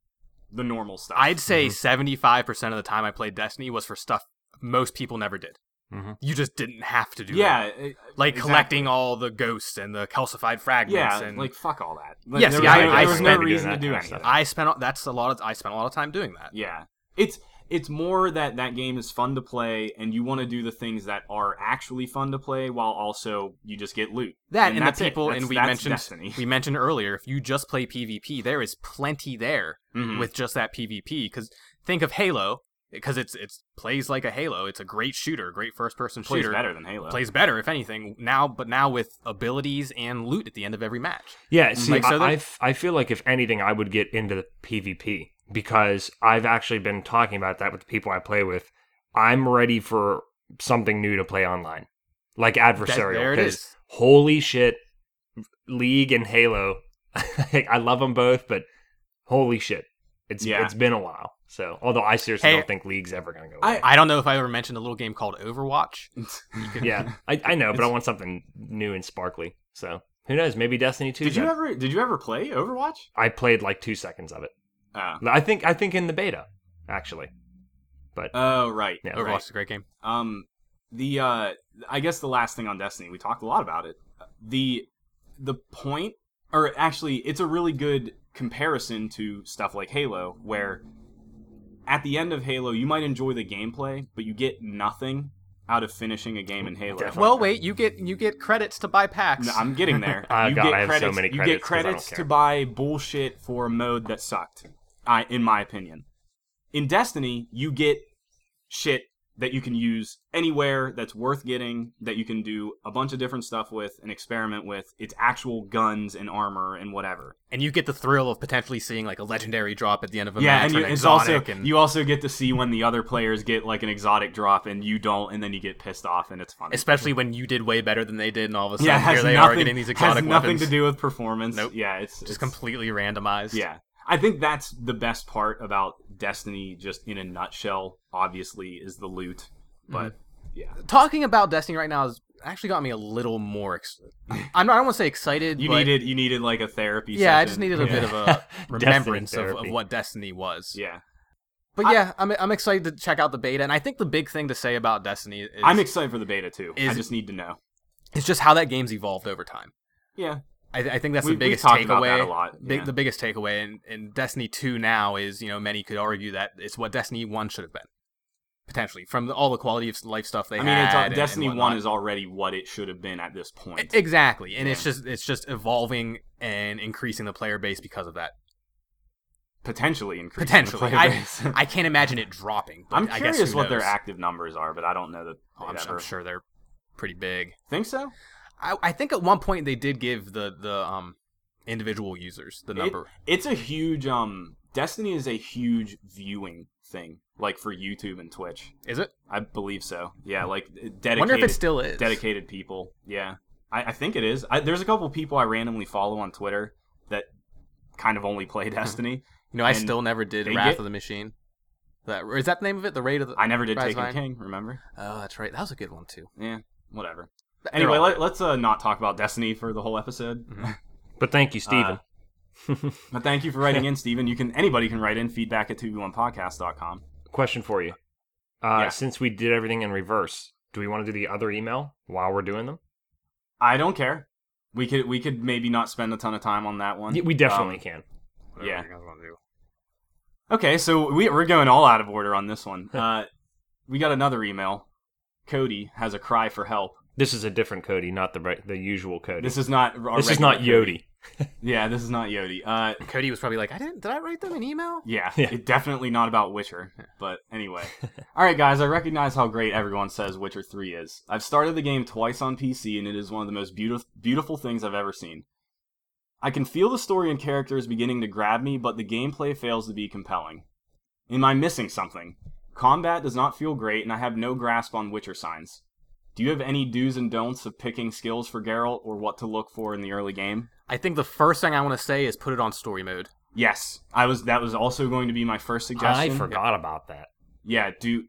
the normal stuff. I'd Mm-hmm. say seventy five percent of the time I played Destiny was for stuff most people never did. Mhm. You just didn't have to do. yeah, that. it- like exactly. collecting all the ghosts and the calcified fragments. Yeah, and like fuck all that. Yeah, Like, there see, was, I- no- I there was no spend- reason to doing do that any kind of of that. I spent that's a lot of I spent a lot of time doing that. Yeah. It's it's more that that game is fun to play and you want to do the things that are actually fun to play while also you just get loot. That And and, that's the it. people That's- and we that's mentioned [laughs] Destiny. we mentioned earlier if you just play PvP there is plenty there Mhm. with just that PvP cuz think of Halo because it's it's plays like a Halo it's a great shooter great first person Plays shooter better than Halo. [laughs] plays better if anything now but now with abilities and loot at the end of every match. Yeah, see, Like, so I, there- I f- I feel like if anything, I would get into the PvP because I've actually been talking about that with the people I play with. I'm ready for something new to play online, like adversarial. there it 'cause is. Holy shit, League and Halo. [laughs] I love them both, but holy shit, it's Yeah. it's been a while. So, although I seriously Hey, don't think League's ever gonna go. I- away. I don't know if I ever mentioned a little game called Overwatch. [laughs] yeah, I, I know, but I It's- want something new and sparkly. So who knows? Maybe Destiny Two. Did you ever did you ever play Overwatch? I played like two seconds of it. Oh. I think I think in the beta, actually. Oh right. Yeah. Overwatch right. is a great game. Um, the uh, I guess the last thing on Destiny, we talked a lot about it. The the point, or actually, it's a really good comparison to stuff like Halo, where at the end of Halo, you might enjoy the gameplay, but you get nothing out of finishing a game in Halo. Definitely. Well, wait, you get you get credits to buy packs. No, I'm getting [laughs] there. Oh, you God, get I have so credits, many You credits get 'cause I don't credits to care. buy bullshit for a mode that sucked. I, in my opinion, in Destiny, you get shit that you can use anywhere that's worth getting that you can do a bunch of different stuff with and experiment with it's actual guns and armor and whatever and you get the thrill of potentially seeing like a legendary drop at the end of a yeah match and or you, an it's also exotic and you also get to see when the other players get like an exotic drop and you don't and then you get pissed off and it's funny especially when you did way better than they did and all of a sudden yeah it has here they nothing, are getting these has exotic nothing weapons to do with performance Nope. yeah it's just it's completely randomized Yeah. I think that's the best part about Destiny just in a nutshell, obviously, is the loot. But yeah. talking about destiny right now has actually got me a little more [laughs] ex- i'm not i don't want to say excited You but needed you needed like a therapy yeah i session. just needed a Yeah. bit [laughs] of a remembrance Destiny of, of therapy. what destiny was Yeah. but yeah I'm, I'm excited to check out the beta and i think the big thing to say about destiny is I'm excited for the beta too. I is- just need to know. it's just how that game's evolved over time Yeah. i, I think that's we, the biggest we talked takeaway about that a lot. Big, yeah. The biggest takeaway in, in Destiny 2 now is, you know, many could argue that it's what Destiny 1 should have been, potentially, from the, all the quality of life stuff they I mean, had. it's, uh, and- Destiny and One whatnot. E, is already what it should have been at this point. exactly, and it's Yeah. just it's just evolving and increasing the player base because of that. potentially increasing Potentially, The player I, [laughs] base. [laughs] I can't imagine it dropping. But I'm I curious guess who what their knows? active numbers are, but I don't know that. Oh, I'm, they'd su- I'm ever- sure they're pretty big. Think so? I, I think at one point they did give the the um individual users the It- number. it's a huge um destiny is a huge viewing thing like for youtube and twitch Is it? i believe so yeah like I dedicated wonder if it still is. dedicated people yeah i, I think it is I, there's a couple people i randomly follow on twitter that kind of only [laughs] play destiny You know, I and still never did they Wrath get- of the Machine. That is that the name of it? The Raid of the i never did Rise taken Vine. king remember Oh, that's right. That was a good one too. yeah whatever They're anyway all- let, let's uh, not talk about destiny for the whole episode [laughs] But thank you, Steven. but thank you for writing in stephen you can anybody can write in feedback at 2v1podcast.com [laughs] Question for you. Uh, Yeah. Since we did everything in reverse, do we want to do the other email while we're doing them? i don't care we could we could maybe not spend a ton of time on that one Yeah, we Um, definitely can. whatever yeah. you guys wanna do. Okay, so we, we're going all out of order on this [laughs] one. Uh, we got another email. Cody has a cry for help. This is a different Cody, not the re- the usual Cody. This is not. our This is regular not Yodi. Cody. Yeah, this is not Yodi. Uh, Cody was probably like, "I didn't. Did I write them an email?" yeah, Yeah. it- definitely not about Witcher. But [laughs] anyway, all right, guys. I recognize how great everyone says Witcher Three is. I've started the game twice on PC, and it is one of the most beautiful beautiful things I've ever seen. I can feel the story and characters beginning to grab me, but the gameplay fails to be compelling. Am I missing something? Combat does not feel great, and I have no grasp on Witcher signs. Do you have any do's and don'ts of picking skills for Geralt or what to look for in the early game? I think the first thing I want to say is put it on story mode. Yes, I was. That was also going to be my first I suggestion. forgot about that. Yeah, do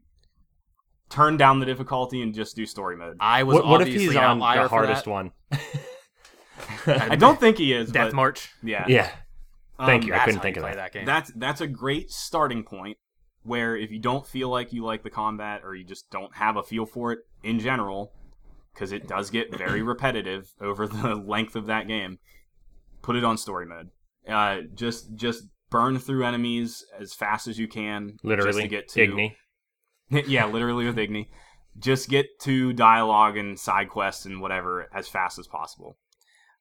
turn down the difficulty and just do story mode. I was What, what if obviously he's an on outlier the for hardest that. one? [laughs] I don't think he is. Death but, March. Yeah. Yeah, thank Um, you. I That's couldn't how think you of play that. game. That's that's a great starting point where if you don't feel like you like the combat or you just don't have a feel for it in general cuz it does get [clears throat] very repetitive over [laughs] the length of that game, put it on story mode. Uh just just burn through enemies as fast as you can just Literally, to get to Igni. [laughs] yeah, literally with Igni. Just get to dialogue and side quests and whatever as fast as possible.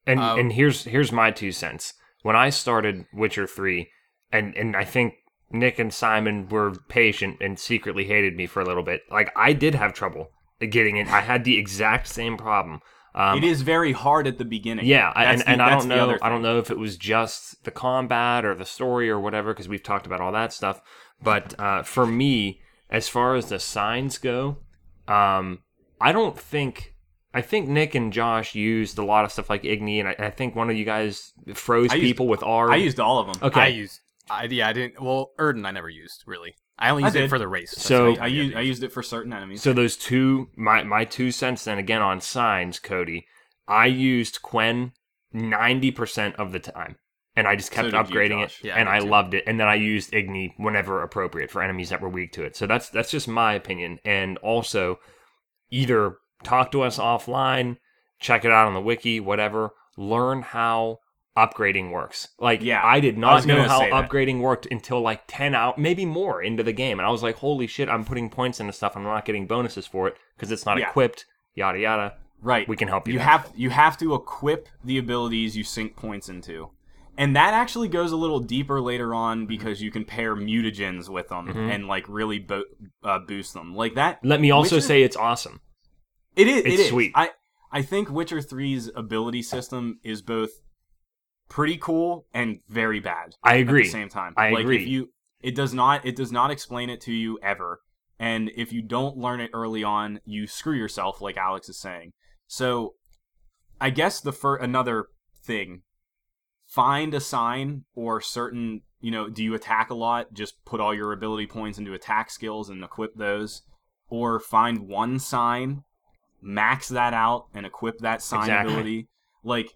And Um, and here's here's my two cents. When I started Witcher three, and and I think Nick and Simon were patient and secretly hated me for a little bit. Like I did have trouble getting it. I had the exact same problem. Um, it is very hard at the beginning. Yeah, I- and, That's the- and I that's don't the know. other I don't thing. know if it was just the combat or the story or whatever, because we've talked about all that stuff. But uh, for me, as far as the signs go, um, I don't think. I think Nick and Josh used a lot of stuff like Igni, and I, I think one of you guys froze I used- people with R. I used all of them. okay, I used. I, yeah, I didn't. Well, Erden, I never used really. I only I used it did. for the race. That's So- how I you- used I used it for certain enemies. So those two, my my two cents. Then again on signs, Cody, I used Quen ninety percent of the time, and I just kept So did you, upgrading it, Josh. Yeah, and me I too. loved it. And then I used Igni whenever appropriate for enemies that were weak to it. So that's that's just my opinion. And also, either talk to us offline, check it out on the wiki, whatever. Learn how upgrading works. Like, Yeah, I did I not was know gonna how say that. upgrading worked until like 10 out, maybe more into the game. And I was like, holy shit, I'm putting points into stuff. I'm not getting bonuses for it because it's not Yeah. equipped, yada, yada. right. We can help you. you there. have you have to equip the abilities you sink points into. And that actually goes a little deeper later Mm-hmm. on because you can pair mutagens with them Mhm. and like really bo- uh, boost them. Like that Let me also Witcher- say it's awesome. It is. It's it is. sweet. I I think Witcher 3's ability system is both pretty cool and very bad. I agree. At the same time, I like, agree. If you, it does not. It does not explain it to you ever. And if you don't learn it early on, you screw yourself, like Alex is saying. So, I guess the fir- another thing, find a sign or certain. You know, do you attack a lot? Just put all your ability points into attack skills and equip those, or find one sign, max that out, and equip that sign Exactly. ability. Like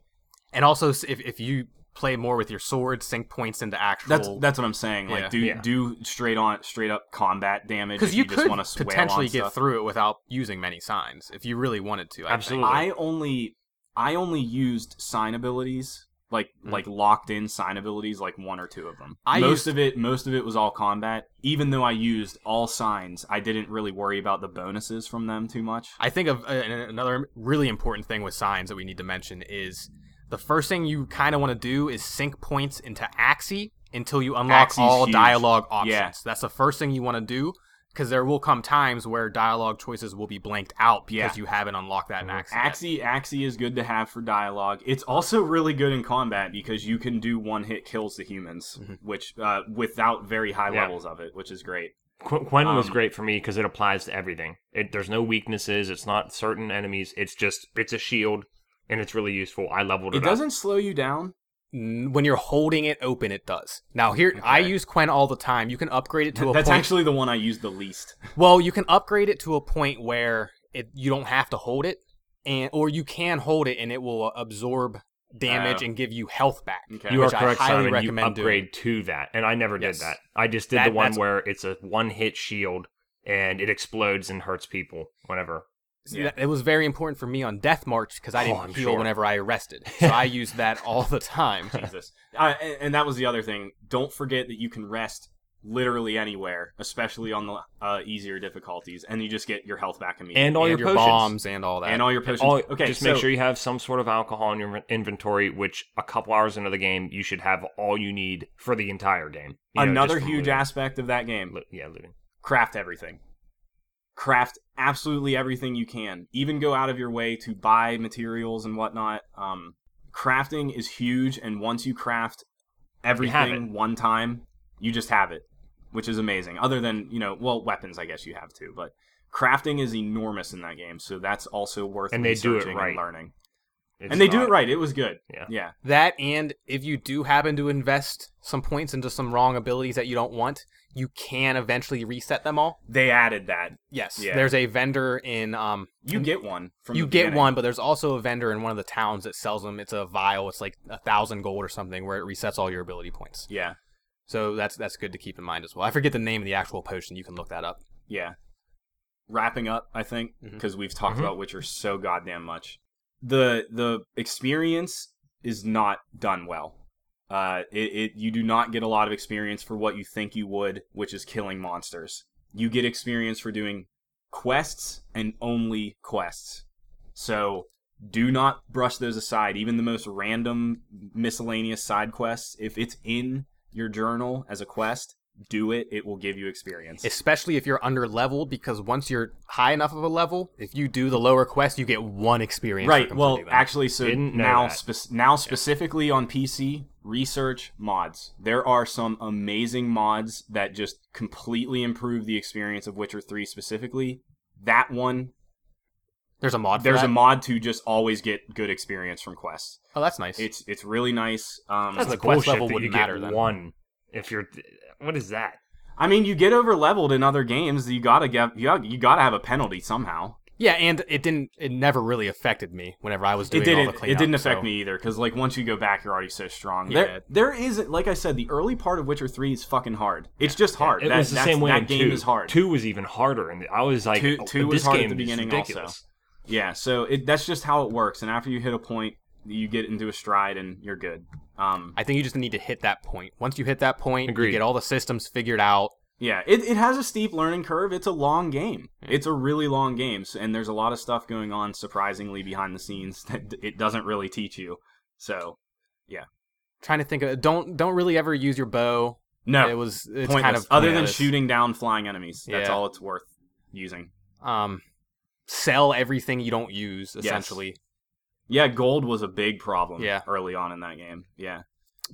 and also, s- if if you play more with your sword, sink points into actual. That's that's what I'm saying. Like Yeah. do Yeah. do straight on straight up combat damage because if you, you, could just want to potentially on get stuff. through it without using many signs if you really wanted to. I think. Absolutely. I only I only used sign abilities like like locked in sign abilities like one or two of them. Mm. I most used- of it most of it was all combat. Even though I used all signs, I didn't really worry about the bonuses from them too much. I think of uh, an- another really important thing with signs that we need to mention is the first thing you kind of want to do is sync points into Axie until you unlock Axie's all huge. dialogue options. Yeah. That's the first thing you want to do because there will come times where dialogue choices will be blanked out because Yeah. Mm-hmm. you haven't unlocked that in Mhm. Axie. yet. Axie Axie is good to have for dialogue. It's also really good in combat because you can do one hit kills the humans, Mhm. which uh, without very high Yeah. levels of it, which is great. Qu- Quen was Um, great for me because it applies to everything. It, there's no weaknesses. It's not certain enemies. It's just it's a shield, and it's really useful. I leveled it, It up. doesn't slow you down. N- When you're holding it open, it does. Now here, I Okay. use Quen all the time. You can upgrade it to a That's point. actually the one I used the least. Well, you can upgrade it to a point where it you don't have to hold it, and or you can hold it and it will absorb damage Oh. and give you health back. Okay. You are which correct, I highly Simon. You recommend upgrade to that, and I never Yes. did that. I just did the That- one that's- where it's a one-hit shield and it explodes and hurts people whenever. Doing. Yeah. That- It was very important for me on Death March because I Oh, didn't I'm heal sure. whenever [laughs] I arrested, so I used that all the time. Jesus. Uh, and, and that was the other thing. Don't forget that you can rest literally anywhere, especially on the uh, easier difficulties, and you just get your health back immediately. And all And your, potions. bombs and all that. And all your potions. All, okay, just so make sure you have some sort of alcohol in your inventory, which a couple hours into the game you should have all you need for the entire game. You know, another just from huge looting. aspect of that game: Lo- yeah, looting. craft everything. Craft absolutely everything you can. Even go out of your way to buy materials and whatnot. Um, crafting is huge, and once you craft You have everything one time, you just have it. which is amazing. Other than you know, well, weapons I guess you have too, but crafting is enormous in that game, so that's also worth And they do it researching right. and learning. It's and they do not- it right. It was good. Yeah. yeah, That and if you do happen to invest some points into some wrong abilities that you don't want, you can eventually reset them all. they added that. Yes. Yeah. There's a vendor in um You get one from you the get beginning. one, but there's also a vendor in one of the towns that sells them. It's a vial, it's like a thousand gold or something where it resets all your ability points. Yeah, So that's that's good to keep in mind as well. I forget the name of the actual potion, you can look that up. yeah. Wrapping up, I think, Mhm. because we've talked Mhm. about Witcher so goddamn much. The the experience is not done well. Uh, it, it you do not get a lot of experience for what you think you would, which is killing monsters. You get experience for doing quests and only quests. So do not brush those aside. Even the most random miscellaneous side quests, if it's in your journal as a quest, do it. It will give you experience. Especially if you're under leveled, because once you're high enough of a level, if you do the lower quest, you get one experience. for right. Well, completing them. actually, so Didn't know now that. spec- now specifically on PC, research mods. There are some amazing mods that just completely improve the experience of Witcher 3 specifically. That one, there's a mod. For there's that? a mod to just always get good experience from quests. Oh, that's nice. It's it's really nice. Um, That's That's the quest bullshit level that you wouldn't get matter then. One, if you're, what is that? I mean, you get over leveled in other games. You gotta get you gotta, you gotta have a penalty somehow. Yeah, and it didn't. It never really affected me whenever I was doing it all didn't. the cleanup. it didn't affect so- me either because like once you go back, you're already so strong. Yeah. There, there is like I said, the early part of Witcher Three is fucking hard. It's just hard. It That- was the that's- same way That in game two. is hard. Two was even harder, and I was like, Two- oh, two was this hard at game the beginning is ridiculous. also. Yeah. So it, that's just how it works. And after you hit a point, you get into a stride and you're good. Um. I think you just need to hit that point. Once you hit that point, Agreed. you get all the systems figured out. Yeah, it, it has a steep learning curve. It's a long game. It's a really long game, so, and there's a lot of stuff going on surprisingly behind the scenes [laughs] that d- it doesn't really teach you. So Trying to think of don't don't really ever use your bow. no, It was it's pointless. kind of other than pointless. shooting down flying enemies. That's Yeah. all it's worth using. Um, sell everything you don't use essentially. Yeah, gold was a big problem. Yeah. early on in that game. Yeah,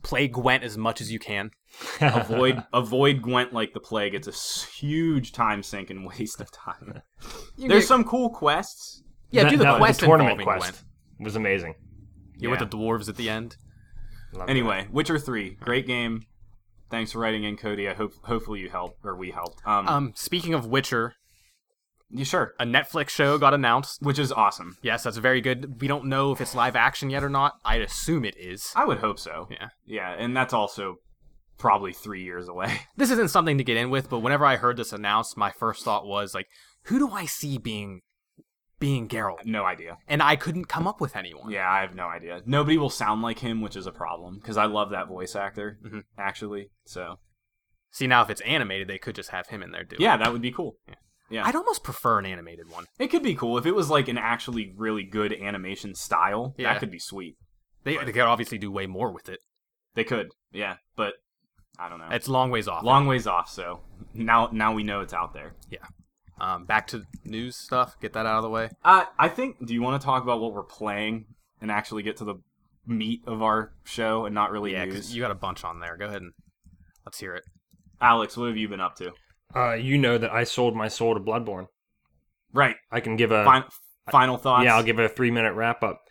Play Gwent as much as you can. [laughs] [laughs] [laughs] avoid avoid Gwent like the plague. It's a s- huge time sink and [laughs] waste of time. There's some cool quests. yeah, That- do the that- quest tournament involving quest Gwent. was amazing. You're Yeah. with the dwarves at the end. Loved it. Anyway, Witcher Three, great game. Thanks for writing in, Cody. I hope hopefully you helped or we helped. Um, Um, speaking of Witcher, you sure? a Netflix show got announced. Which is awesome. Yes, that's very good. We don't know if it's live action yet or not. I'd assume it is. I would hope so. Yeah. yeah, and that's also probably three years away. [laughs] this isn't something to get in with, but whenever I heard this announced, my first thought was like, who do I see being being Geralt? no idea. And I couldn't come up with anyone. Yeah, I have no idea. Nobody will sound like him, which is a problem because I love that voice actor Mhm. actually. So See now if it's animated, they could just have him in there doing. yeah, that would be cool. yeah. I'd almost prefer an animated one. It could be cool if it was like an actually really good animation style. Yeah. That could be sweet. They, they could obviously do way more with it. They could, yeah. But I don't know. It's a long ways off. long ways off. So now now we know it's out there. um, back to news stuff. Get that out of the way. Uh, I think. Do you want to talk about what we're playing and actually get to the meat of our show and not really Yeah, 'cause news? you got a bunch on there. Go ahead and let's hear it. Alex, what have you been up to? uh, you know that I sold my soul to Bloodborne. Right. I can give a Fin- final thoughts. Uh, yeah, I'll give it a three minute wrap up.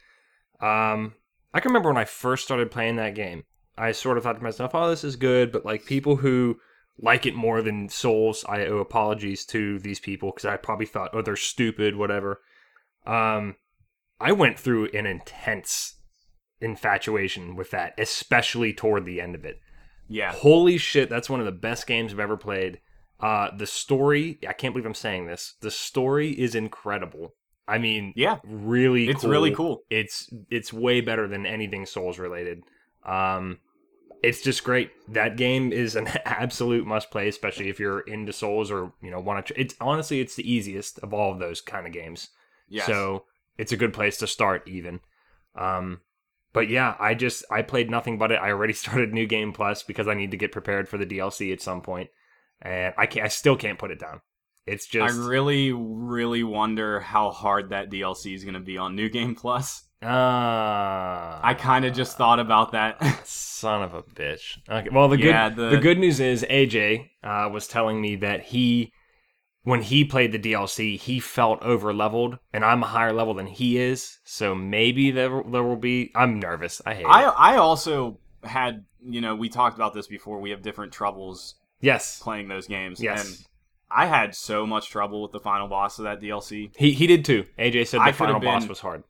Um, I can remember when I first started playing that game. I sort of thought to myself, "Oh, this is good," but like people who like it more than Souls, I owe apologies to these people because I probably thought, "Oh, they're stupid," whatever. Um, I went through an intense infatuation with that, especially toward the end of it. yeah. Holy shit, that's one of the best games I've ever played. Uh, the story, I can't believe I'm saying this. The story is incredible. I mean, Yeah. really It's cool. really cool. It's it's way better than anything Souls related. Um, it's just great. That game is an [laughs] absolute must play, especially if you're into Souls or you know want to. It's honestly it's the easiest of all of those kind of games. Yes. So it's a good place to start, even. Um, but yeah, I just I played nothing but it. I already [laughs] started New Game Plus because I need to get prepared for the DLC at some point, and I can not I still can't put it down. It's just I really, really wonder how hard that DLC is going to be on New Game Plus. uh, Ah. I kind of just thought about that. [laughs] Son of a bitch. Okay. Well, the good Yeah, the, the- good news is AJ uh, was telling me that he, when he played the DLC, he felt over leveled, and I'm a higher level than he is. So maybe there there will be. I'm nervous. I hate. I it. I also had you know we talked about this before. We have different troubles Yes. playing those games. Yes. And I had so much trouble with the final boss of that DLC. He he did too. AJ said the I could've final boss been- was hard.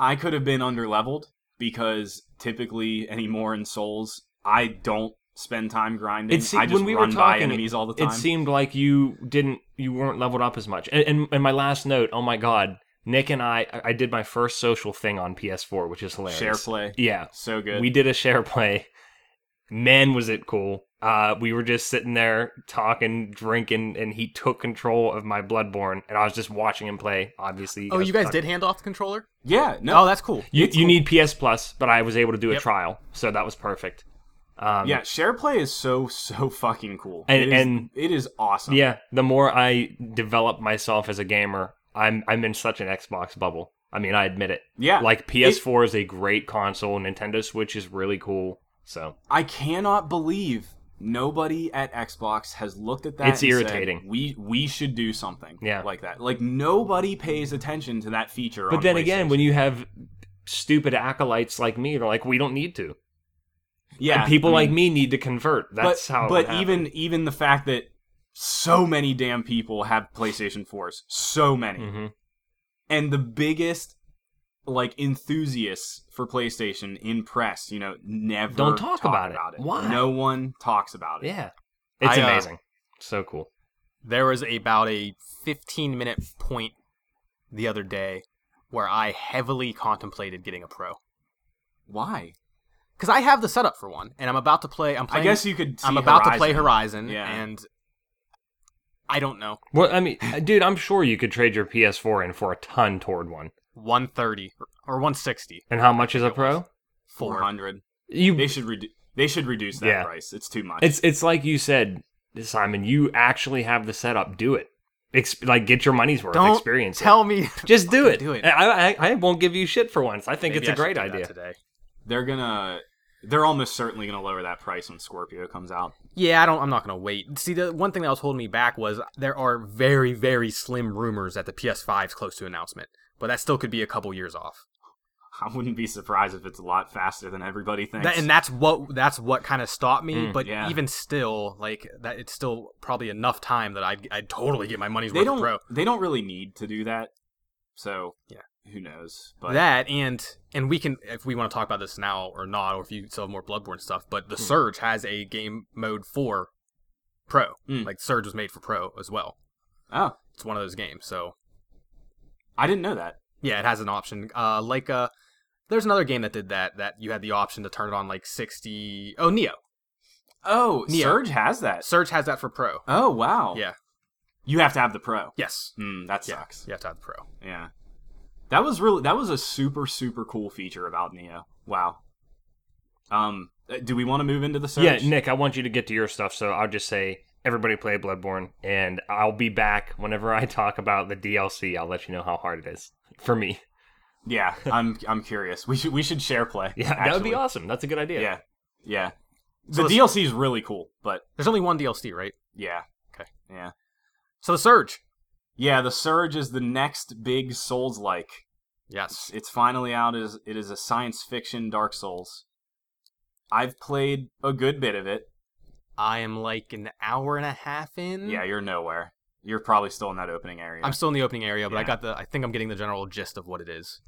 I could have been underleveled because typically anymore in Souls, I don't spend time grinding. It se- I just when we were run by talking, it- enemies all the time. It seemed like you didn't you weren't leveled up as much. And, and and my last note. Oh my god. Nick and I I did my first social thing on PS4, which is hilarious. Share play. Yeah. So good. We did a share play. Man, was it cool. Uh, we were just sitting there talking, drinking, and he took control of my Bloodborne, and I was just watching him play. Obviously, Oh, you guys talked- did hand off the controller? yeah, no. Oh, that's cool. You, you need PS Plus, but I was able to do a Yep. trial, so that was perfect. Um, yeah, share play is so so fucking cool. And- it is, and- it is awesome. yeah. The more I develop myself as a gamer, I'm I'm in such an Xbox bubble. I mean, I admit it. Yeah. Like PS4 is a great console. Nintendo Switch is really cool. So I cannot believe nobody at Xbox has looked at that. It's and said, irritating. we we should do something Yeah. like that. Like nobody pays attention to that feature. But then again, when you have stupid acolytes like me, they're like, we don't need to. yeah, and people I mean, like me need to convert. That's but, how. it But happened. even even the fact that so many damn people have PlayStation 4s, so many, Mhm. and the biggest like enthusiasts for PlayStation in press, you know, never Don't talk about it. it. Why? No one talks about it. yeah, it's I, uh, amazing. So cool. there was about a 15 minute point the other day where I heavily contemplated getting a pro Why? because I have the setup for one, and I'm about to play. I'm I playing. guess you could. See I'm about to play Horizon. Horizon, Yeah. and I don't know. Well, I mean, uh, dude, I'm sure you could trade your PS4 in for a ton toward one. 130 or 160. And how much is a pro? four hundred. They You. should redu- They should reduce that Yeah. price. It's too much. It's it's like you said, Simon. You actually have the setup. Do it. Ex- like get your money's worth. Don't experience. it. Tell me. Just do fucking it. do it. I, I I won't give you shit for once. I think Maybe it's a I should great do that idea. today. they're gonna. They're almost certainly gonna lower that price when Scorpio comes out. [laughs] Yeah, I don't. I'm not gonna wait. See, the one thing that was holding me back was there are very, very slim rumors that the PS5's close to announcement, but that still could be a couple years off. I wouldn't be surprised if it's a lot faster than everybody thinks. That, and that's what that's what kind of stopped me. Mm, but yeah. even still, like that, it's still probably enough time that I'd, I'd totally get my money's they worth. don't. of pro. They don't really need to do that. So Yeah. who knows? But that and and we can if we want to talk about this now or not, or if you still have more Bloodborne stuff. But the Surge has a game mode for Pro. Mm. Like Surge was made for Pro as well. oh, It's one of those games. So I didn't know that. Yeah, it has an option. Uh, like uh, there's another game that did that. That you had the option to turn it on like 60. Oh, Neo. Oh, Neo. Surge has that. Surge has that for Pro. Oh wow. Yeah. You have to have the pro. Yes. Hmm, that Yeah. sucks. You have to have the Pro. yeah. That was really. That was a super super cool feature about Neo. Wow. Um. uh, Do we want to move into the Surge? Yeah, Nick, I want you to get to your stuff, so I'll just say everybody play Bloodborne, and I'll be back whenever I talk about the DLC. I'll let you know how hard it is for me. [laughs] Yeah, I'm I'm curious. We should we should share play. Yeah, that would be actually. awesome. That's a good idea. Yeah, yeah. So The this- DLC is really cool, but There's only one DLC, right? yeah, Okay. yeah, So the Surge. yeah. The Surge is the next big Souls like. Yes. It's finally out. Is it is a science fiction Dark Souls. I've played a good bit of it. I am like an hour and a half Mm. in. Yeah, you're nowhere. You're probably still in that opening area. I'm still in the opening area, but I Yeah. got the. I think I'm getting the general gist of what it is.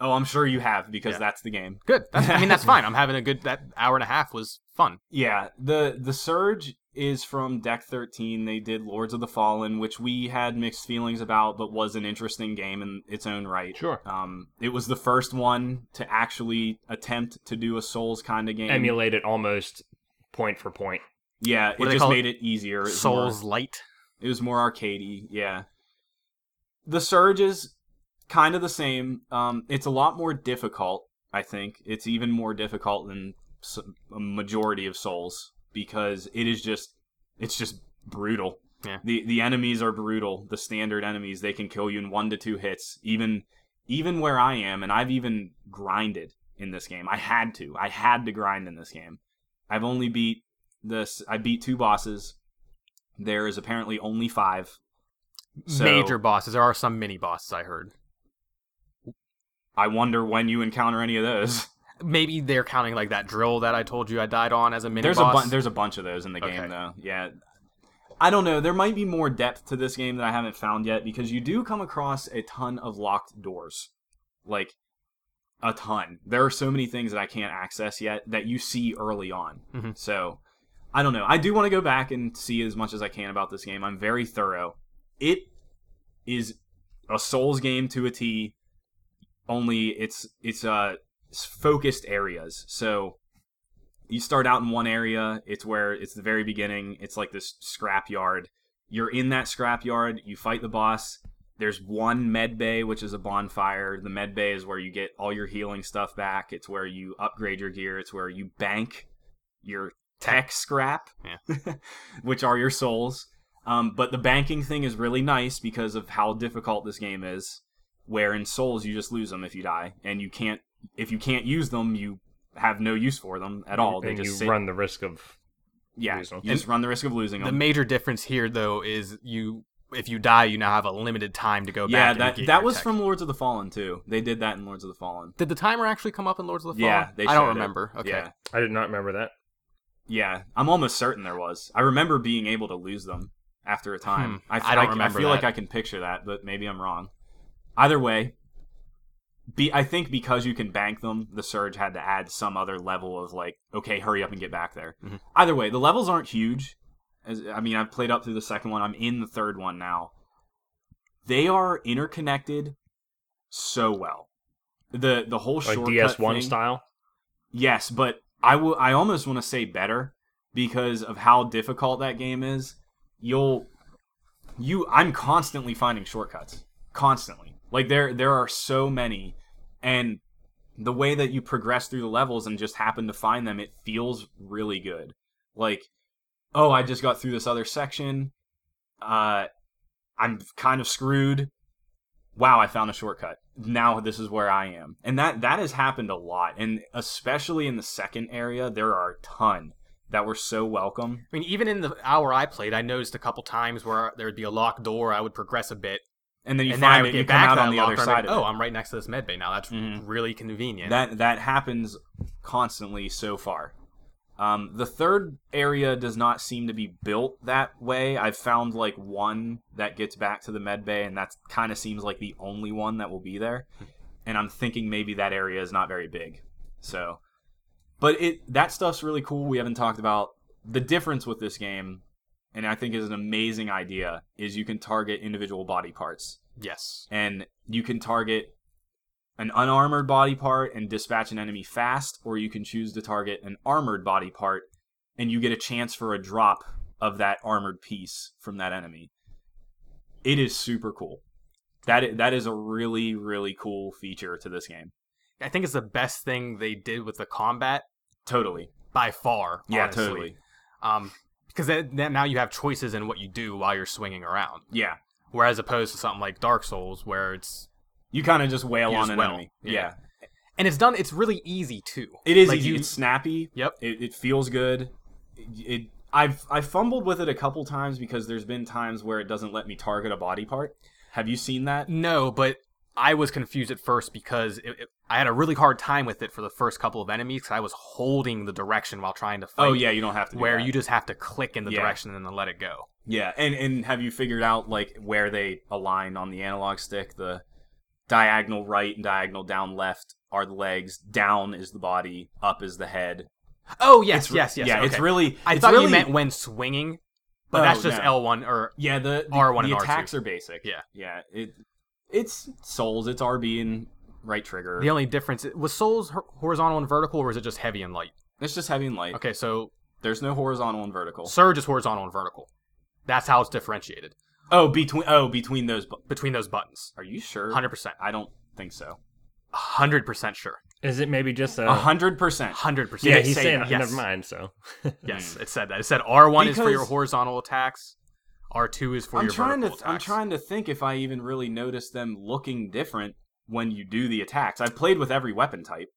oh, I'm sure you have because Yeah. that's the game. Good. That's, I mean, [laughs] that's fine. I'm having a good. That hour and a half was fun. Yeah, the the surge is from deck 13. They did Lords of the Fallen, which we had mixed feelings about but was an interesting game in its own right. Sure. Um it was the first one to actually attempt to do a Souls kind of game. Emulate it almost point for point. Yeah, do it they just call made it, easier. It was Souls more- Light. it was more arcadey, yeah. The surge is kind of the same. Um it's a lot more difficult, I think. It's even more difficult than s- a majority of Souls because it is just it's just brutal. Yeah. The the enemies are brutal. The standard enemies they can kill you in one to two hits. Even even where I am, and I've even grinded in this game. I had to. I had to grind in this game. I've only beat this. I beat two bosses. There is apparently only five. So- Major bosses. There are some mini bosses. I heard. I wonder when you encounter any of those. Maybe they're counting like that drill that I told you I died on as a mini there's a boss. bu- there's a bunch of those in the Okay. game though. Yeah. I don't know. There might be more depth to this game that I haven't found yet because you do come across a ton of locked doors. Like a ton. There are so many things that I can't access yet that you see early on. Mhm. So I don't know. I do want to go back and see as much as I can about this game. I'm very thorough. It is a Souls game to a T. Only it's it's uh s- focused areas. So you start out in one area. It's where it's the very beginning. It's like this scrap yard. You're in that scrap yard. You fight the boss. There's one med bay, which is a bonfire. The med bay is where you get all your healing stuff back. It's where you upgrade your gear. It's where you bank your tech scrap, [laughs] which are your souls. Um, but the banking thing is really nice because of how difficult this game is. Where in Souls you just lose them if you die, and you can't if you can't use them, you have no use for them at all. They and just you sit run the risk of yeah, lose 'em. you just run the risk of losing the them. major difference here though is you if you die you now have a limited time to go yeah, back. that and get that your was tech. from Lords of the Fallen too. They did that in Lords of the Fallen. Did the timer actually come up in Lords of the Fallen? Yeah, they I don't showed it. remember. Okay. Yeah, I did not remember that. yeah, I'm almost certain there was. I remember being able to lose them after a time. Hmm, I, f- I don't c- remember I feel that. like I can picture that, but maybe I'm wrong. Either way, be I think because you can bank them, the Surge had to add some other level of like, okay, hurry up and get back there. Mhm. Either way, the levels aren't huge. As, I mean, I've played up through the second one. I'm in the third one now. They are interconnected so well. The the whole Like shortcut DS1 thing- style. Yes, but I will. I almost want to say better because of how difficult that game is. You'll, you. I'm constantly finding shortcuts. Constantly, like there, there are so many, and the way that you progress through the levels and just happen to find them, it feels really good. Like, oh, I just got through this other section. Uh, I'm kind of screwed. Wow, I found a shortcut. Now this is where I am. And that that has happened a lot. And especially in the second area, there are a ton that were so welcome. I mean, even in the hour I played, I noticed a couple times where there would be a locked door. I would progress a bit, And then you and then I find would it, get you come back out to that on the locked other door, I'd side be of like, it. Oh, I'm right next to this med bay now. That's Mhm. really convenient. That that happens constantly so far. Um, the third area does not seem to be built that way. I've found like one that gets back to the med bay, and that kind of seems like the only one that will be there. And I'm thinking maybe that area is not very big. So, but it that stuff's really cool. We haven't talked about the difference with this game, and I think is an amazing idea. Is you can target individual body parts yes. and you can target an unarmored body part and dispatch an enemy fast, or you can choose to target an armored body part and you get a chance for a drop of that armored piece from that enemy. It is super cool. That i- that is a really really cool feature to this game. I think it's the best thing they did with the combat Totally. by far. Yeah, honestly. totally. Um, because then, then now you have choices in what you do while you're swinging around, Yeah. whereas opposed to something like Dark Souls, where it's You kind of just wail You on just an wail. enemy. Yeah. yeah. and it's done. It's really easy too. It is Like, easy. you- it's snappy. Yep. It, it feels good. It, I've I fumbled with it a couple times because there's been times where it doesn't let me target a body part. Have you seen that? No, but I was confused at first because it, it- I had a really hard time with it for the first couple of enemies 'cause I was holding the direction while trying to fight. oh yeah, you don't have to. do where that. you just have to click in the Yeah. direction and then let it go. Yeah, and and have you figured out like where they align on the analog stick? The diagonal right and diagonal down left are the legs. Down is the body. Up is the head. Oh yes, re- yes, yes. Yeah, okay. it's really. I it's thought really, you meant when swinging, but No, that's just no. L one or Yeah, the, the R1 the and R2. attacks are basic. Yeah. yeah. It it's souls. It's RB and right trigger. the only difference was Souls hor- horizontal and vertical, or is it just heavy and light? It's just heavy and light. Okay, so There's no horizontal and vertical. Surge is horizontal and vertical. That's how it's differentiated oh, between oh between those. Bu- between those buttons. Are you sure? Hundred percent, I don't think so. hundred percent sure, Is it maybe just a? A hundred percent. Uh, hundred [laughs] percent. yeah, he's saying. "Oh, yes. Never mind. So Yes, it said that. It said R one is for your Because- horizontal attacks, R two is for I'm your trying to. vertical I'm attacks. trying to think if I even really noticed them looking different when you do the attacks. I've played with every weapon type.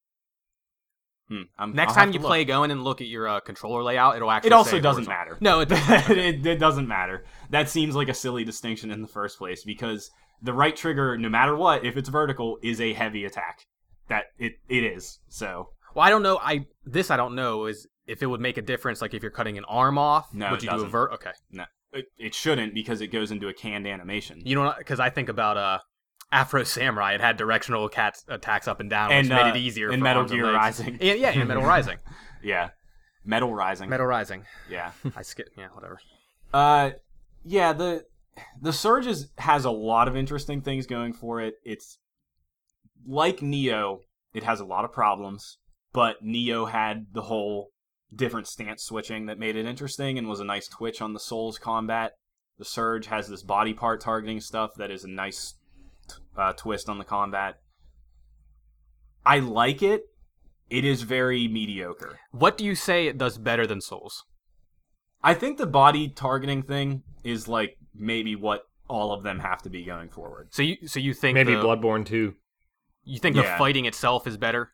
Hmm, I'm, Next I'll have time you to look. play, go in and look at your uh, controller layout. It'll actually. it also say doesn't horizontal. matter. No, it [laughs] doesn't. it, it doesn't matter. That seems like a silly distinction in the first place because the right trigger, no matter what, if it's vertical, is a heavy attack. That it it is. So Well, I don't know. I this I don't know is if it would make a difference. Like if you're cutting an arm off, No, would it you do a doesn't. vert? Okay, it, it shouldn't because it goes into a canned animation. you know because I think about uh Afro Samurai. It had directional cat attacks up and down, which And, made uh, it easier. in for Metal arms and Gear legs. Rising. [laughs] Yeah, yeah, in Metal Rising. Yeah. Metal Rising. Metal Rising. [laughs] Yeah. I skip. Yeah, whatever. Uh, yeah the the surge is, has a lot of interesting things going for it. It's like Neo, it has a lot of problems, but Neo had the whole different stance switching that made it interesting and was a nice twitch on the Souls combat. The surge has this body part targeting stuff that is a nice t- uh, twist on the combat. I like it. It is very mediocre. What do you say it does better than Souls? I think the body targeting thing is like maybe what all of them have to be going forward. So you so you think Maybe the, Bloodborne too. You think Yeah. the fighting itself is better?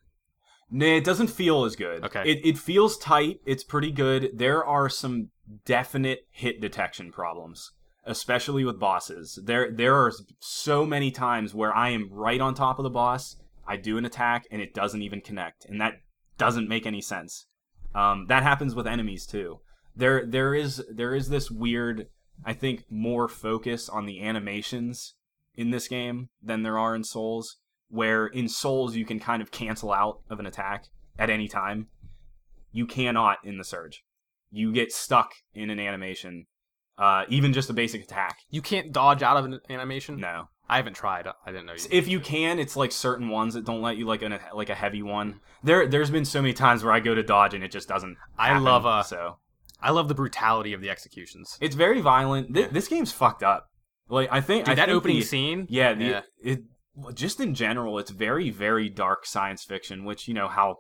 Nah, it doesn't feel as good. Okay. It it feels tight. It's pretty good. There are some definite hit detection problems, especially with bosses. There there are so many times where I am right on top of the boss. I do an attack and it doesn't even connect, and that doesn't make any sense. Um, that happens with enemies too. There there is there is this weird I think more focus on the animations in this game than there are in Souls, where in Souls you can kind of cancel out of an attack at any time. You cannot in the Surge. You get stuck in an animation, uh, even just a basic attack. You can't dodge out of an animation. No, I haven't tried. I didn't know you. if you can, it's like certain ones that don't let you, like an like a heavy one. There, there's been so many times where I go to dodge and it just doesn't. I happen, love, uh, so I love the brutality of the executions. it's very violent. Th- This game's fucked up. Like I think I Dude, that think opening the- scene. Yeah, the, Yeah. it well, just in general, it's very very dark science fiction, which you know how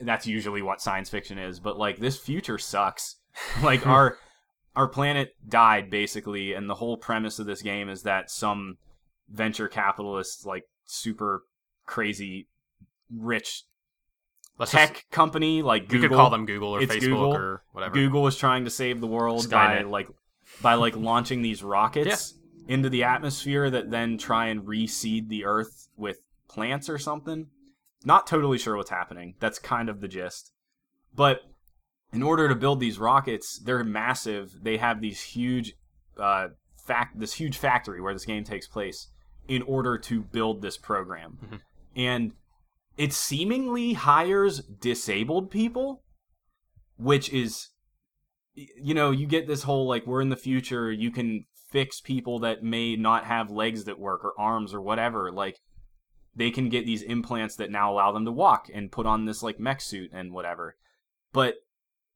that's usually what science fiction is. But like this future sucks. [laughs] [laughs] like our our planet died basically, and the whole premise of this game is that some venture capitalists like super crazy rich Let's tech just- company like Google. you could call them Google or It's Facebook Google. or whatever. Google was trying to save the world by Skynet. like by like launching these rockets into the atmosphere that then try and reseed the earth with plants or something. Not totally sure what's happening. That's kind of the gist. But in order to build these rockets, they're massive. They have these huge uh, fact this huge factory where this game takes place in order to build this program. Mhm. And it seemingly hires disabled people, which is y- you know, you get this whole like we're in the future, you can fix people that may not have legs that work or arms or whatever, like they can get these implants that now allow them to walk and put on this like mech suit and whatever. But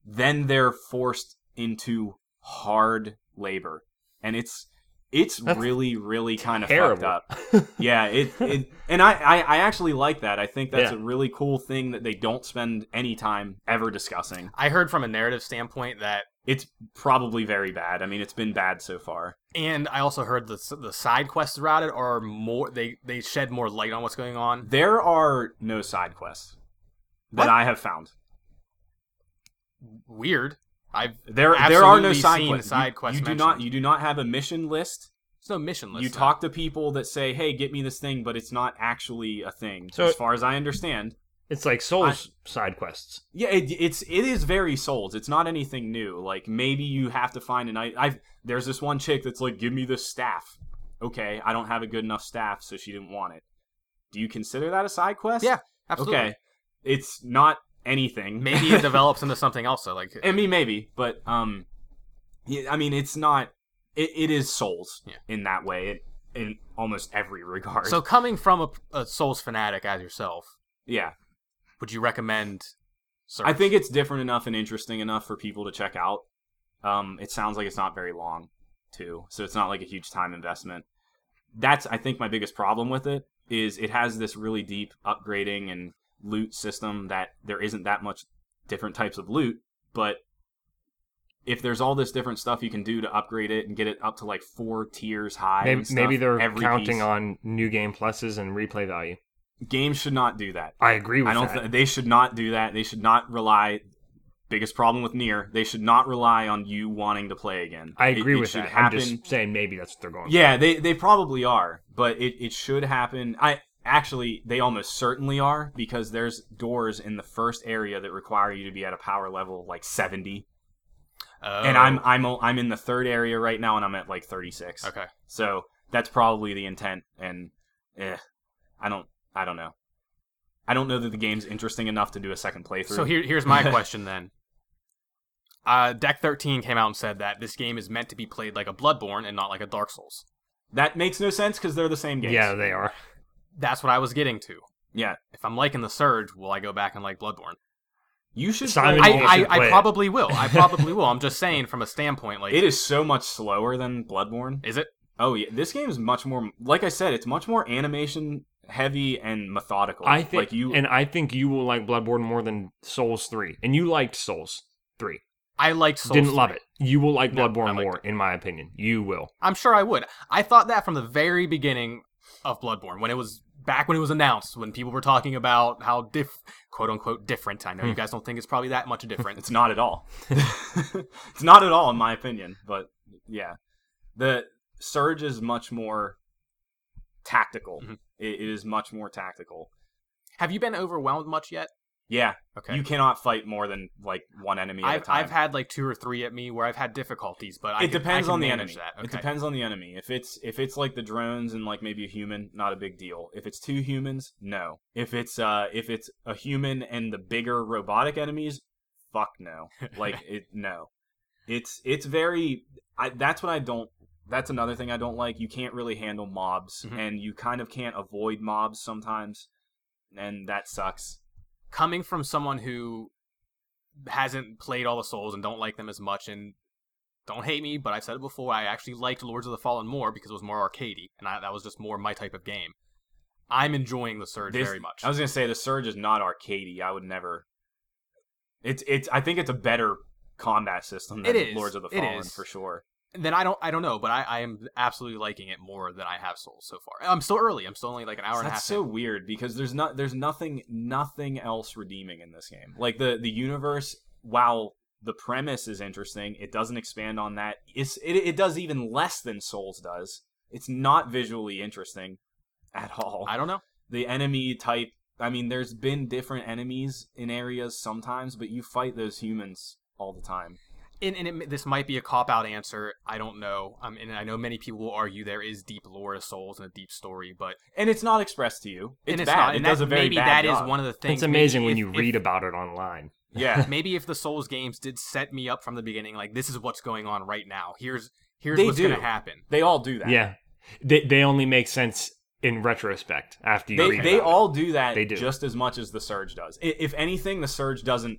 then they're forced into hard labor. And it's it's That's really really kind of fucked Terrible. [laughs] up yeah it, it and I, I i actually like that i think that's Yeah. a really cool thing that they don't spend any time ever discussing I heard from a narrative standpoint that, it's probably very bad i mean it's been bad so far and I also heard the s- the side quests around it are more. They they shed more light on what's going on. there are no side quests that What? i have found Weird. I've there there are no Absolutely side seen quests You- side quests you, do mentioned. not you do not have a mission list it's no mission list. you talk to people that say hey get me this thing but it's not actually a thing So- as far as i understand It's like Souls side quests. Yeah, it, it's it is very Souls. It's not anything new. Like maybe you have to find an I. I've there's this one chick that's like, give me this staff. Okay, I don't have a good enough staff, so she didn't want it. Do you consider that a side quest? Yeah, absolutely. Okay, it's not anything. [laughs] Maybe it develops into something else. Though. Like I mean, maybe, but um, yeah, I mean, it's not. It, it is Souls Yeah. in that way, in, in almost every regard. so, coming from a, a Souls fanatic as yourself, [laughs] yeah, would you recommend? Surge? I think it's different enough and interesting enough for people to check out. Um, it sounds like it's not very long, too, so it's not like a huge time investment. That's I think my biggest problem with it is it has this really deep upgrading and loot system that there isn't that much different types of loot, but if there's all this different stuff you can do to upgrade it and get it up to like four tiers high, Maybe, and stuff, maybe they're every counting piece- on new game pluses and replay value. games should not do that. I agree with I don't. that. Th- they should not do that. They should not rely. Biggest problem with near. They should not rely on you wanting to play again. I It- agree it with should that. Happen. I'm just saying maybe that's what they're going. Yeah, they they probably are, but it, it should happen. I actually they almost certainly are because there's doors in the first area that require you to be at a power level of like 70, and I'm Oh. I'm o- I'm in the third area right now, and I'm at like Oh, 36. okay. So that's probably the intent, and eh, I don't I don't know. I don't know that the game's interesting enough to do a second playthrough. So here, [laughs] here's my question then. Uh, Deck 13 came out and said that this game is meant to be played like a Bloodborne and not like a Dark Souls. that makes no sense because they're the same games. Yeah, they are. That's what I was getting to. yeah. If I'm liking the Surge, will I go back and like Bloodborne? You should. Simon play- Well, I, should I, play I it. probably will. [laughs] I probably will. I'm just saying from a standpoint, like, it is so much slower than Bloodborne. is it? Oh yeah, this game is much more. Like I said, it's much more animation heavy and methodical. I think like you. and I think you will like Bloodborne more than Souls Three, and you liked Souls Three. I liked Souls. Didn't 3. love it. You will like No, I Bloodborne liked more, in my opinion. You will. I'm sure I would. I thought that from the very beginning of Bloodborne when it was back when it was announced when people were talking about how diff quote unquote different. I know Hmm. you guys don't think it's probably [laughs] that much different. it's not at all. [laughs] it's not at all, in my opinion. But yeah, the Surge is much more tactical. Mhm. It- it is much more tactical. Have you been overwhelmed much yet? Yeah, Okay. you cannot fight more than like one enemy at a I've, time. I've had like two or three at me where I've had difficulties, but I it can- I depends can on the enemy. manage That. Okay. It depends on the enemy. If it's if it's like the drones and like maybe a human, not a big deal. If it's two humans, no. If it's uh if it's a human and the bigger robotic enemies, fuck no. [laughs] Like it no. It's it's very I that's what I don't that's another thing I don't like. You can't really handle mobs Mhm. and you kind of can't avoid mobs sometimes. And that sucks. Coming from someone who hasn't played all the Souls and don't like them as much, and don't hate me, but I've said it before. I actually liked Lords of the Fallen more because it was more arcadey, and I, that was just more my type of game. I'm enjoying the Surge This- very much. I was gonna say the Surge is not arcadey. I would never. It's it's. I think it's a better combat system than It is. Lords of the It Fallen is. for sure. then I don't, I don't know, but I, I am absolutely liking it more than I have Souls so far. I'm still early. I'm still only like an hour and a half. That's so in. weird because there's not there's nothing nothing else redeeming in this game. Like the the universe, while the premise is interesting, it doesn't expand on that. It's it it does even less than Souls does. It's not visually interesting at all. I don't know. the enemy type i mean there's been different enemies in areas sometimes but you fight those humans all the time and, and it, this might be a cop out answer. I don't know. Um, and I know many people will argue there is deep lore to Souls and a deep story, but and it's not expressed to you it's and it's bad not. it And does that- a very maybe bad that is job. one of the things. it's amazing when maybe you if- read if- about it online. yeah [laughs] Maybe if the Souls games did set me up from the beginning, like this is what's going on right now. Here's here's They what's do. gonna happen. they all do that Yeah, they they only make sense in retrospect after you they, read. they about it. all do that They do. just as much as the surge does I- if anything the surge doesn't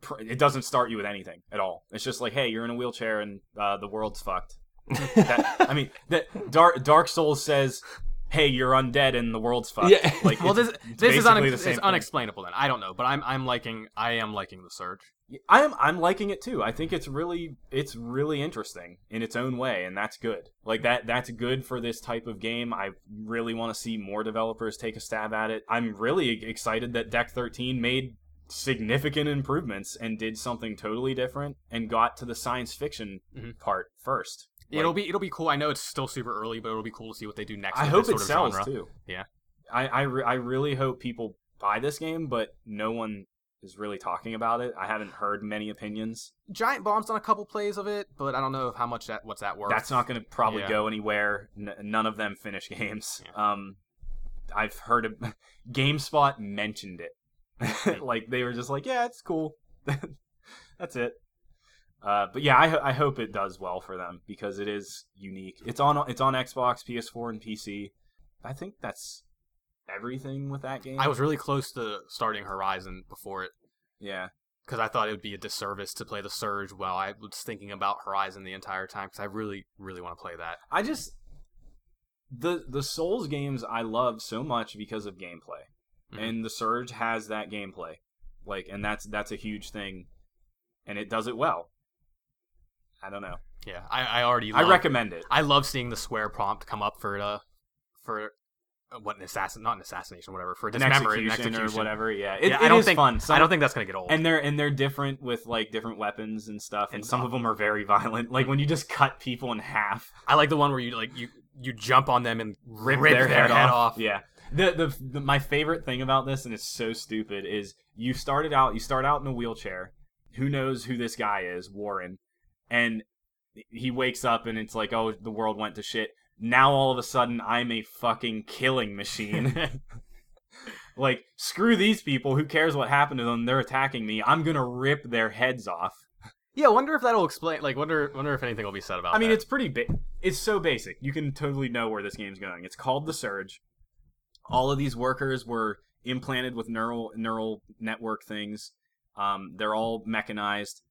pr- it doesn't start you with anything at all it's just like hey you're in a wheelchair and uh, the world's fucked that, i mean that dark, dark souls says hey you're undead and the world's fucked Yeah. like Well, it's this this is basically unex- the same thing. it's unexplainable. Then I don't know, but I'm I'm liking I am liking the Surge. I am I'm liking it too. I think it's really it's really interesting in its own way and that's good. Like that that's good for this type of game. I really want to see more developers take a stab at it. I'm really e, excited that Deck 13 made significant improvements and did something totally different and got to the science fiction Mhm. part first. it'll be it'll be cool. I know it's still super early, but it'll be cool to see what they do next. I with hope this it sort of sells genre. too. Yeah. I I, re- I really hope people buy this game, but no one is really talking about it. I haven't heard many opinions. Giant Bomb's done a couple plays of it, but I don't know how much that what's that worth. That's not going to probably Yeah. go anywhere. N- none of them finish games. Um, I've heard of [laughs] GameSpot mentioned Hmm. it. [laughs] like they were just like, yeah, it's cool. [laughs] That's it. Uh, but yeah, I, ho- I hope it does well for them because it is unique. It's on it's on Xbox, PS4, and PC. I think that's everything with that game. I was really close to starting Horizon before it yeah. because I thought it would be a disservice to play the Surge while I was thinking about Horizon the entire time because I really, really want to play that. I just the the Souls games I love so much because of gameplay, Mhm. and the Surge has that gameplay, like, and that's that's a huge thing, and it does it well. I don't know. Yeah, I, I already. I love- recommend it. I love seeing the swear prompt come up for uh for uh, what an assassin, not an assassination, whatever, for An dismemberment, execution, an execution. or whatever. Yeah, it, yeah, it I don't is think fun. I Some- don't think that's gonna get old. and they're and they're different with like different weapons and stuff. And And some of them are very [laughs] violent. Like when you just cut people in half, I like the one where you like you you jump on them and rip, their, head, off. Yeah. The, the the my favorite thing about this, and it's so stupid, is you started out you start out in a wheelchair. Who knows who this guy is, Warren? And he wakes up and it's like, oh, the world went to shit. Now all of a sudden, I'm a fucking killing [laughs] machine. like, screw these people. Who cares what happened to them? They're attacking me. I'm gonna rip their heads off. Yeah, I wonder if that'll explain. Like, wonder wonder if anything will be said about. I mean, that. it's pretty big. It's so basic. You can totally know where this game's going. It's called the Surge. All of these workers were implanted with neural neural network things. Um, they're all mechanized.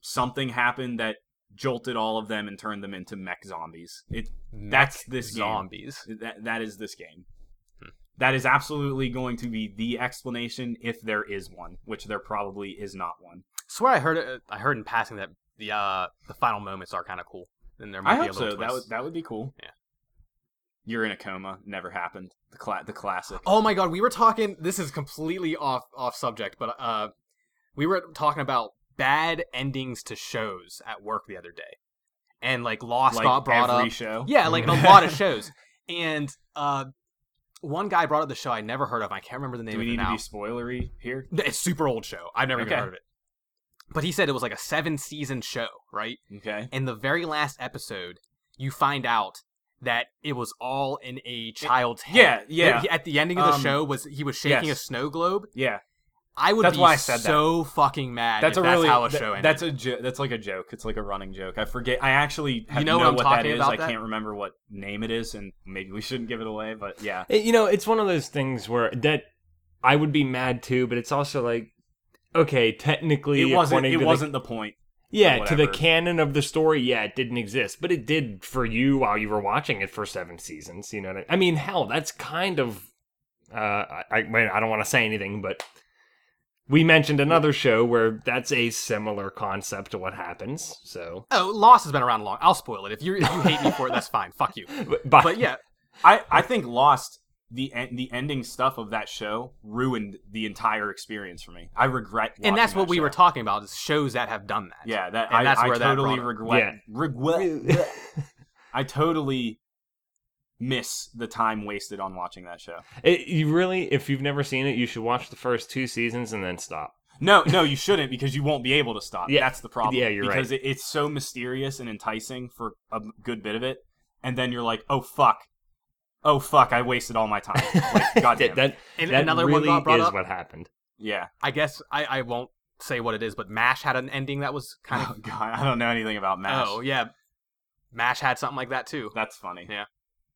Something happened that jolted all of them and turned them into mech zombies. It that's this game. zombies. that that is this game. That is absolutely going to be the explanation if there is one, which there probably is not one. Swear I heard it. I heard in passing that the uh the final moments are kind of cool. And there might I be hope a so. little That twist. would that would be cool. Yeah. You're in a coma. Never happened. The cla- the classic. Oh my god, we were talking. This is completely off off subject, but uh, we were talking about bad endings to shows at work the other day, and like Lost got brought every up. show. Yeah, like a lot of [laughs] shows, and uh, one guy brought up the show I never heard of. I can't remember the name Do we of it need to now. be spoilery here? Th- It's a super old show. I've never Okay. even heard of it. But he said it was like a seven season show, right? Okay. And the very last episode, you find out that it was all in a child's head. Yeah, yeah, At the ending of the Um, show, was he was shaking yes. a snow globe? yeah. I would That's be why I said that. so fucking mad. That's if a really that's how a th- show ended. that's a jo- that's like a joke. It's like a running joke. I forget. I actually have, You know what I'm what that talking is. about I that? can't remember what name it is, and maybe we shouldn't give it away. But yeah, [laughs] It- you know, it's one of those things where that I would be mad too, but it's also like, okay, technically, it wasn't. according It to the- wasn't the point. yeah, to the whatever. canon of the story, yeah, it didn't exist, but it did for you while you were watching it for seven seasons. You know, what I, I mean, hell, that's kind of. Uh, I I, well, I don't want to say anything, but we mentioned another show where that's a similar concept to what happens. So, oh, Lost has been around long. I'll spoil it if you if you hate me for it. [laughs] That's fine. Fuck you. but, But yeah, I I think Lost the en- the ending stuff of that show ruined the entire experience for me. I regret. and that's watching what that we were show. talking about is shows that have done that. Yeah, that And I, that's I where that totally brought it. regret. Yeah. Regret. [laughs] [laughs] I totally miss the time wasted on watching that show. It, you really, if you've never seen it, you should watch the first two seasons and then [laughs] stop. No, no, you shouldn't because you won't be able to stop. Yeah. That's the problem. Yeah, you're right. because it, it's so mysterious and enticing for a good bit of it, and then you're like, oh fuck, oh fuck, I wasted all [laughs] my time. Like, goddamn. that, that, And that another one really got brought is up. what happened. [laughs] yeah. I guess I, I won't say what it is, but Mash had an ending that was kind Oh [laughs] of. god, [laughs] I don't know anything about Mash. Oh yeah, Mash had something like that too. That's funny.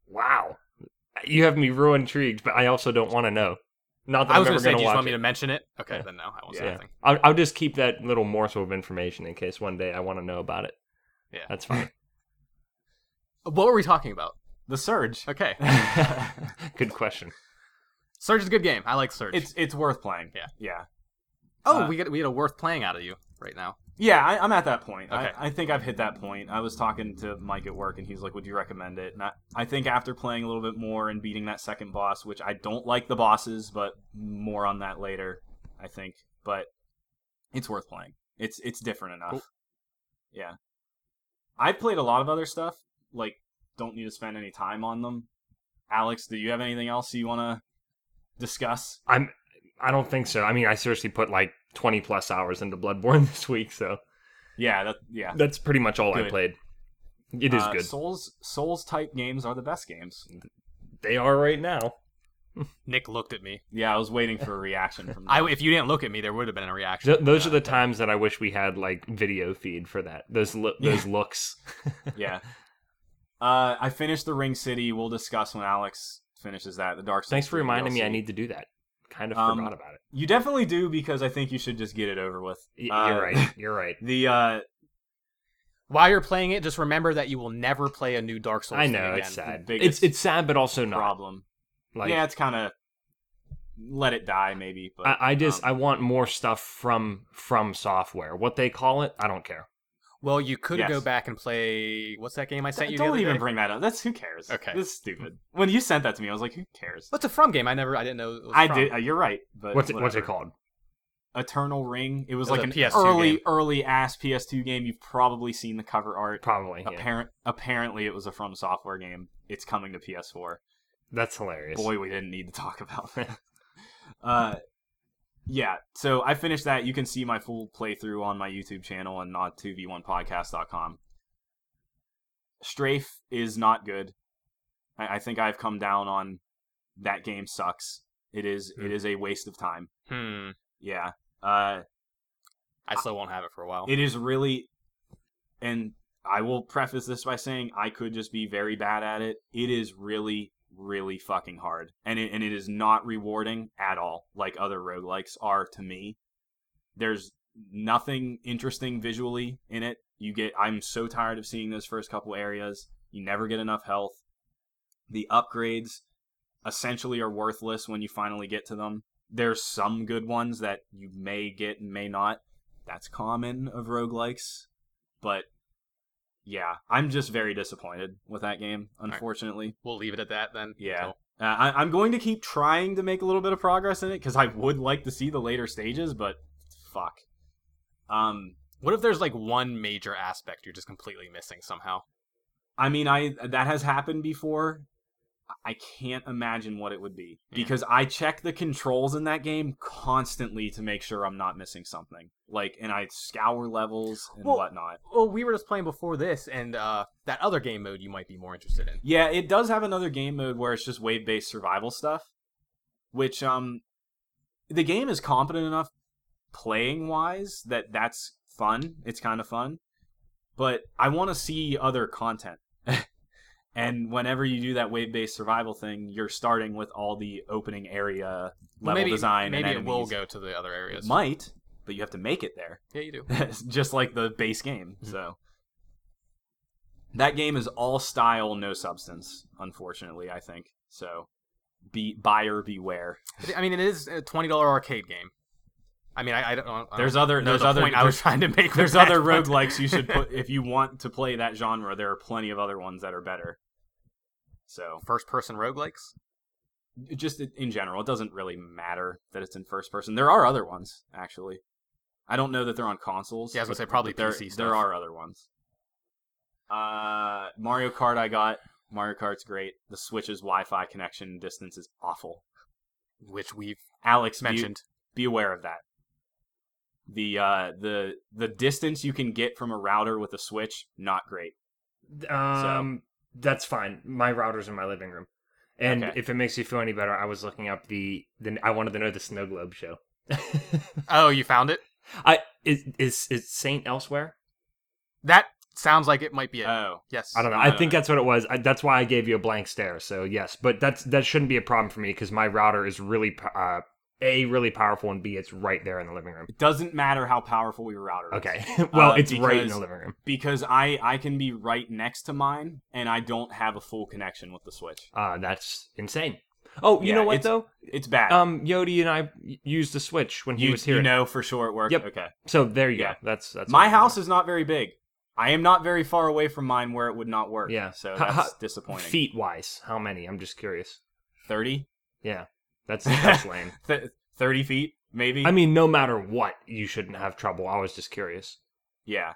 Wow, you have me real intrigued, but I also don't want to know. Not that I I am was ever gonna say, going do to you just watch want me it. to mention it? Okay, Yeah. then no, I won't say Yeah. anything. I'll, I'll just keep that little morsel of information in case one day I want to know about it. Yeah. that's [laughs] fine. What were we talking about? The Surge. Okay, Good question. Surge is a good game. I like Surge. it's it's worth playing. Yeah. Yeah. oh, uh, we get we get a worth playing out of you right now. Yeah, I, I'm at that point. Okay. I, I think I've hit that point. I was talking to Mike at work, and he's like, "Would you recommend it?" And I, I think after playing a little bit more and beating that second boss, which I don't like the bosses, but more on that later, I think. But it's worth playing. It's it's different enough. Cool. Yeah, I've played a lot of other stuff. Like, don't need to spend any time on them. Alex, do you have anything else you want to discuss? I'm. I don't think so. I mean, I seriously put like 20 plus hours into Bloodborne [laughs] this week, so Yeah, that yeah. that's pretty much all I Good. played. It is Uh, good. Souls Souls type games are the best games. they are right now. Nick looked at me. Yeah, I was waiting for a reaction from. [laughs] I, them. if you didn't look at me, there would have been a reaction. Th- those uh, are the times that I wish we had like video feed for that. Those lo- those [laughs] looks. yeah. Uh, I finished the Ring City. We'll discuss when Alex finishes that. The Dark. Souls Thanks for 3 reminding me. I DLC. need to do that. Kind of Um, forgot about it. You definitely do because I think you should just get it over with. Y- Uh, you're [laughs] right. You're right. The uh, While you're playing it, just remember that you will never play a new Dark Souls. I thing know again. it's sad. the It's biggest it's sad, but also not. problem. Like Uh, yeah, it's kind of let it die maybe. But I, I just um, I want more stuff from from software. What they call it, I don't care. Well, you could Yes. go back and play. What's that game I sent you? the Don't other even day? bring that up. That's who cares. Okay. This is stupid. When you sent that to me, I was like, who cares? What's a from game? I never. I didn't know. It was I from. did. Uh, you're right. But What's it, what's it whatever. called? Eternal Ring. It was It was like a an PS2 early, game. early ass PS2 game. You've probably seen the cover art. Probably. yeah. Apparent. Apparently, it was a From Software game. It's coming to PS4. That's hilarious. Boy, we didn't need to talk [laughs] about that. uh, yeah. So I finished that. You can see my full playthrough on my YouTube channel and not 2v1podcast.com. Strafe is not good. I, I think I've come down on that game sucks. It is it Hmm. is a waste of time. Hmm. Yeah. Uh I still won't have it for a while. it is really and i will preface this by saying i could just be very bad at it it is really really fucking hard and it, and it is not rewarding at all like other roguelikes are to me there's nothing interesting visually in it you get i'm so tired of seeing those first couple areas you never get enough health the upgrades essentially are worthless when you finally get to them there's some good ones that you may get and may not that's common of roguelikes. But yeah, I'm just very disappointed with that game, right. unfortunately. We'll leave it at that then. Yeah. So, Uh, I, I'm going to keep trying to make a little bit of progress in it because I would like to see the later stages, but fuck. Um, what if there's like one major aspect you're just completely missing somehow? I mean, I that has happened before. I can't imagine what it would be Yeah. because I check the controls in that game constantly to make sure I'm not missing something. Like, and I scour levels and Well, whatnot. Well, we were just playing before this, and uh, that other game mode you might be more interested in. Yeah, it does have another game mode where it's just wave based survival stuff, which um, the game is competent enough playing wise that that's fun. It's kind of fun, but I want to see other content. [laughs] and whenever you do that wave based survival thing, you're starting with all the opening area Well, level maybe, design. Maybe and it will enemies. go to the other areas. It might, but you have to make it there. Yeah, you do. [laughs] just like the base game. Hmm. So that game is all style, no substance. Unfortunately, I think so. Be buyer beware. I mean, it is a twenty dollar arcade game. I mean, I, I don't. I don't There's other. know There's the other. point I was trying to make. [laughs] with there's that, other but- roguelikes you should put if you want to play that genre. There are plenty of other ones that are better. So first person roguelikes. just in- in general, it doesn't really matter that it's in first person. There are other ones actually. I don't know that they're on consoles. Yeah, I was gonna but- say probably but there, PC There stuff. are other ones. Uh, Mario Kart I got. Mario Kart's great. The Switch's Wi-Fi connection distance is awful. which we've Alex mentioned. mentioned. Be, aware of that. The uh the the distance you can get from a router with a Switch not great. Um, that's fine. My router's in my living room, and Okay. if it makes you feel any better, I was looking up the. the I wanted to know the snow globe show. [laughs] Oh, you found it? I is is is Saint elsewhere? That sounds like it might be it. Oh, yes. I don't know. I I don't think know. that's what it was. I, that's why I gave you a blank stare. So yes, but that's that shouldn't be a problem for me because my router is really po- uh, a really powerful and b it's right there in the living room. it doesn't matter how powerful your router is. Okay, [laughs] well Uh, it's right in because- the living room. Because I I can be right next to mine and I don't have a full connection with the Switch. Uh, that's insane. Oh, you Yeah, know what it's- though? It's bad. Um, Yodi and I y- used the switch when he you, was here. you know for sure it worked. Yep. Okay. so there you Yeah. go. That's that's My house is not very big. I am not very far away from mine where it would not work. Yeah. So Ha- that's ha- disappointing. feet wise. How many? I'm just curious. 30? Yeah, [laughs] that's that's lame. Th- 30 feet, maybe? I mean, no matter what, you shouldn't have trouble. I was just curious. yeah.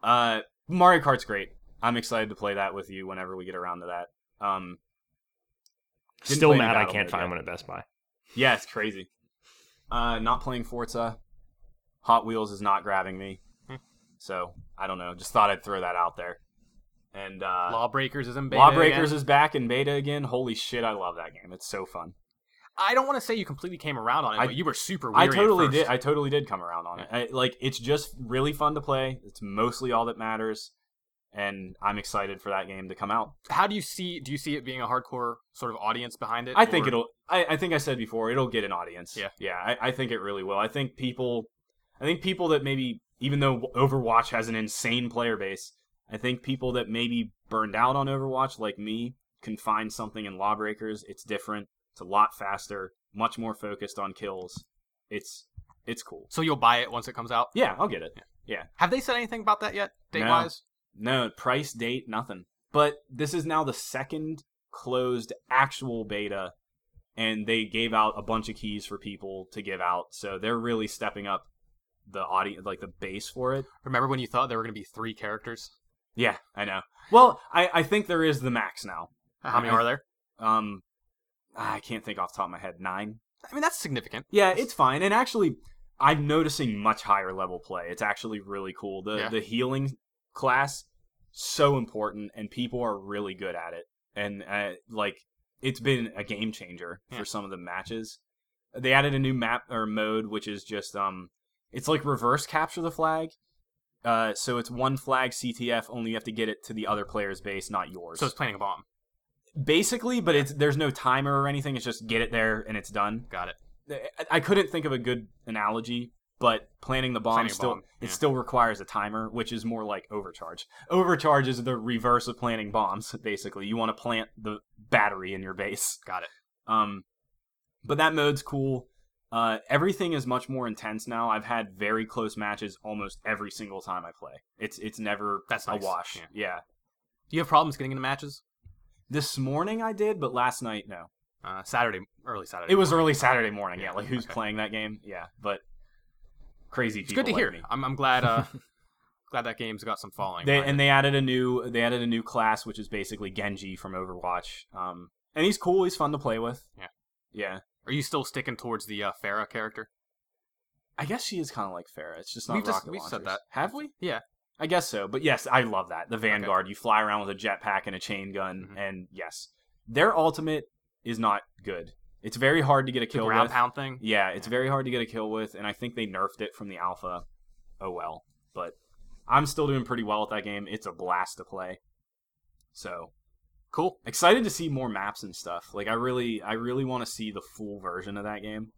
Uh, Mario Kart's great. I'm excited to play that with you whenever we get around to that. Um, Didn't Still play any mad I Battle can't Mode find yet. one at Best Buy. yeah, it's crazy. Uh, not playing Forza. Hot Wheels is not grabbing me. Hmm. So, I don't know. Just thought I'd throw that out there. And, uh, Lawbreakers is in beta. Lawbreakers again. is back in beta again. Holy shit, I love that game. It's so fun. I don't want to say you completely came around on it, I- but you were super weary I totally at first. did. I totally did come around on it. I, like it's just really fun to play. It's mostly all that matters, and I'm excited for that game to come out. How do you see? Do you see it being a hardcore sort of audience behind it? I think or- it'll. I, I think I said before it'll get an audience. Yeah. yeah. I, I think it really will. I think people. I think people that maybe even though Overwatch has an insane player base, I think people that maybe burned out on Overwatch like me can find something in Lawbreakers. It's different. It's a lot faster. Much more focused on kills. It's it's cool. So you'll buy it once it comes out. Yeah, I'll get it. Yeah. Have they said anything about that yet, No. date wise? No, price, date, nothing. But this is now the second closed actual beta, and they gave out a bunch of keys for people to give out. So they're really stepping up the audience, like the base for it. Remember when you thought there were going to be three characters? Yeah, I know. Well, I, I think there is the max now. How many I- are there? Um, I can't think off the top of my head. Nine. I mean, that's significant. Yeah, it's fine. And actually, I'm noticing much higher level play. It's actually really cool. The Yeah. the healing class so important, and people are really good at it. And uh, like, it's been a game changer Yeah. for some of the matches. They added a new map or mode, which is just um, it's like reverse capture the flag. Uh, so it's one flag CTF. Only you have to get it to the other player's base, not yours So it's planting a bomb. basically but it's there's no timer or anything it's just get it there and it's done Got it. I- i couldn't think of a good analogy but planting the bomb Planting a still bomb, yeah. it still requires a timer which is more like overcharge overcharge is the reverse of planting bombs [laughs] basically you want to plant the battery in your base Got it. um, but that mode's cool. Uh, everything is much more intense now. I've had very close matches almost every single time I play. It's it's never That's a nice. wash. Yeah. yeah. Do you have problems getting into matches? This morning I did, but last night no. Uh, Saturday, early Saturday. It was early Saturday morning. Yeah, like who's Okay. playing that game? Yeah, but crazy. It's good to people hear. like me. I'm, I'm glad. [laughs] Uh, glad that game's got some following. They behind and it. they added a new they added a new class which is basically Genji from Overwatch. Um, and he's cool. He's fun to play with. Yeah. yeah. Are you still sticking towards the uh, Farah character? I guess she is kind of like Farah. It's just not We've rocket just- we've said launchers. that. Have we? Yeah. I guess so. But yes, I love that. The Vanguard. You fly around with a jetpack and a chain gun, Mhm. and yes, their ultimate is not good. It's very hard to get a The kill ground with. pound thing. Yeah, it's very hard to get a kill with, and I think they nerfed it from the alpha. Oh well, but I'm still doing pretty well at that game. It's a blast to play. So Cool. excited to see more maps and stuff. Like I really, I really want to see the full version of that game.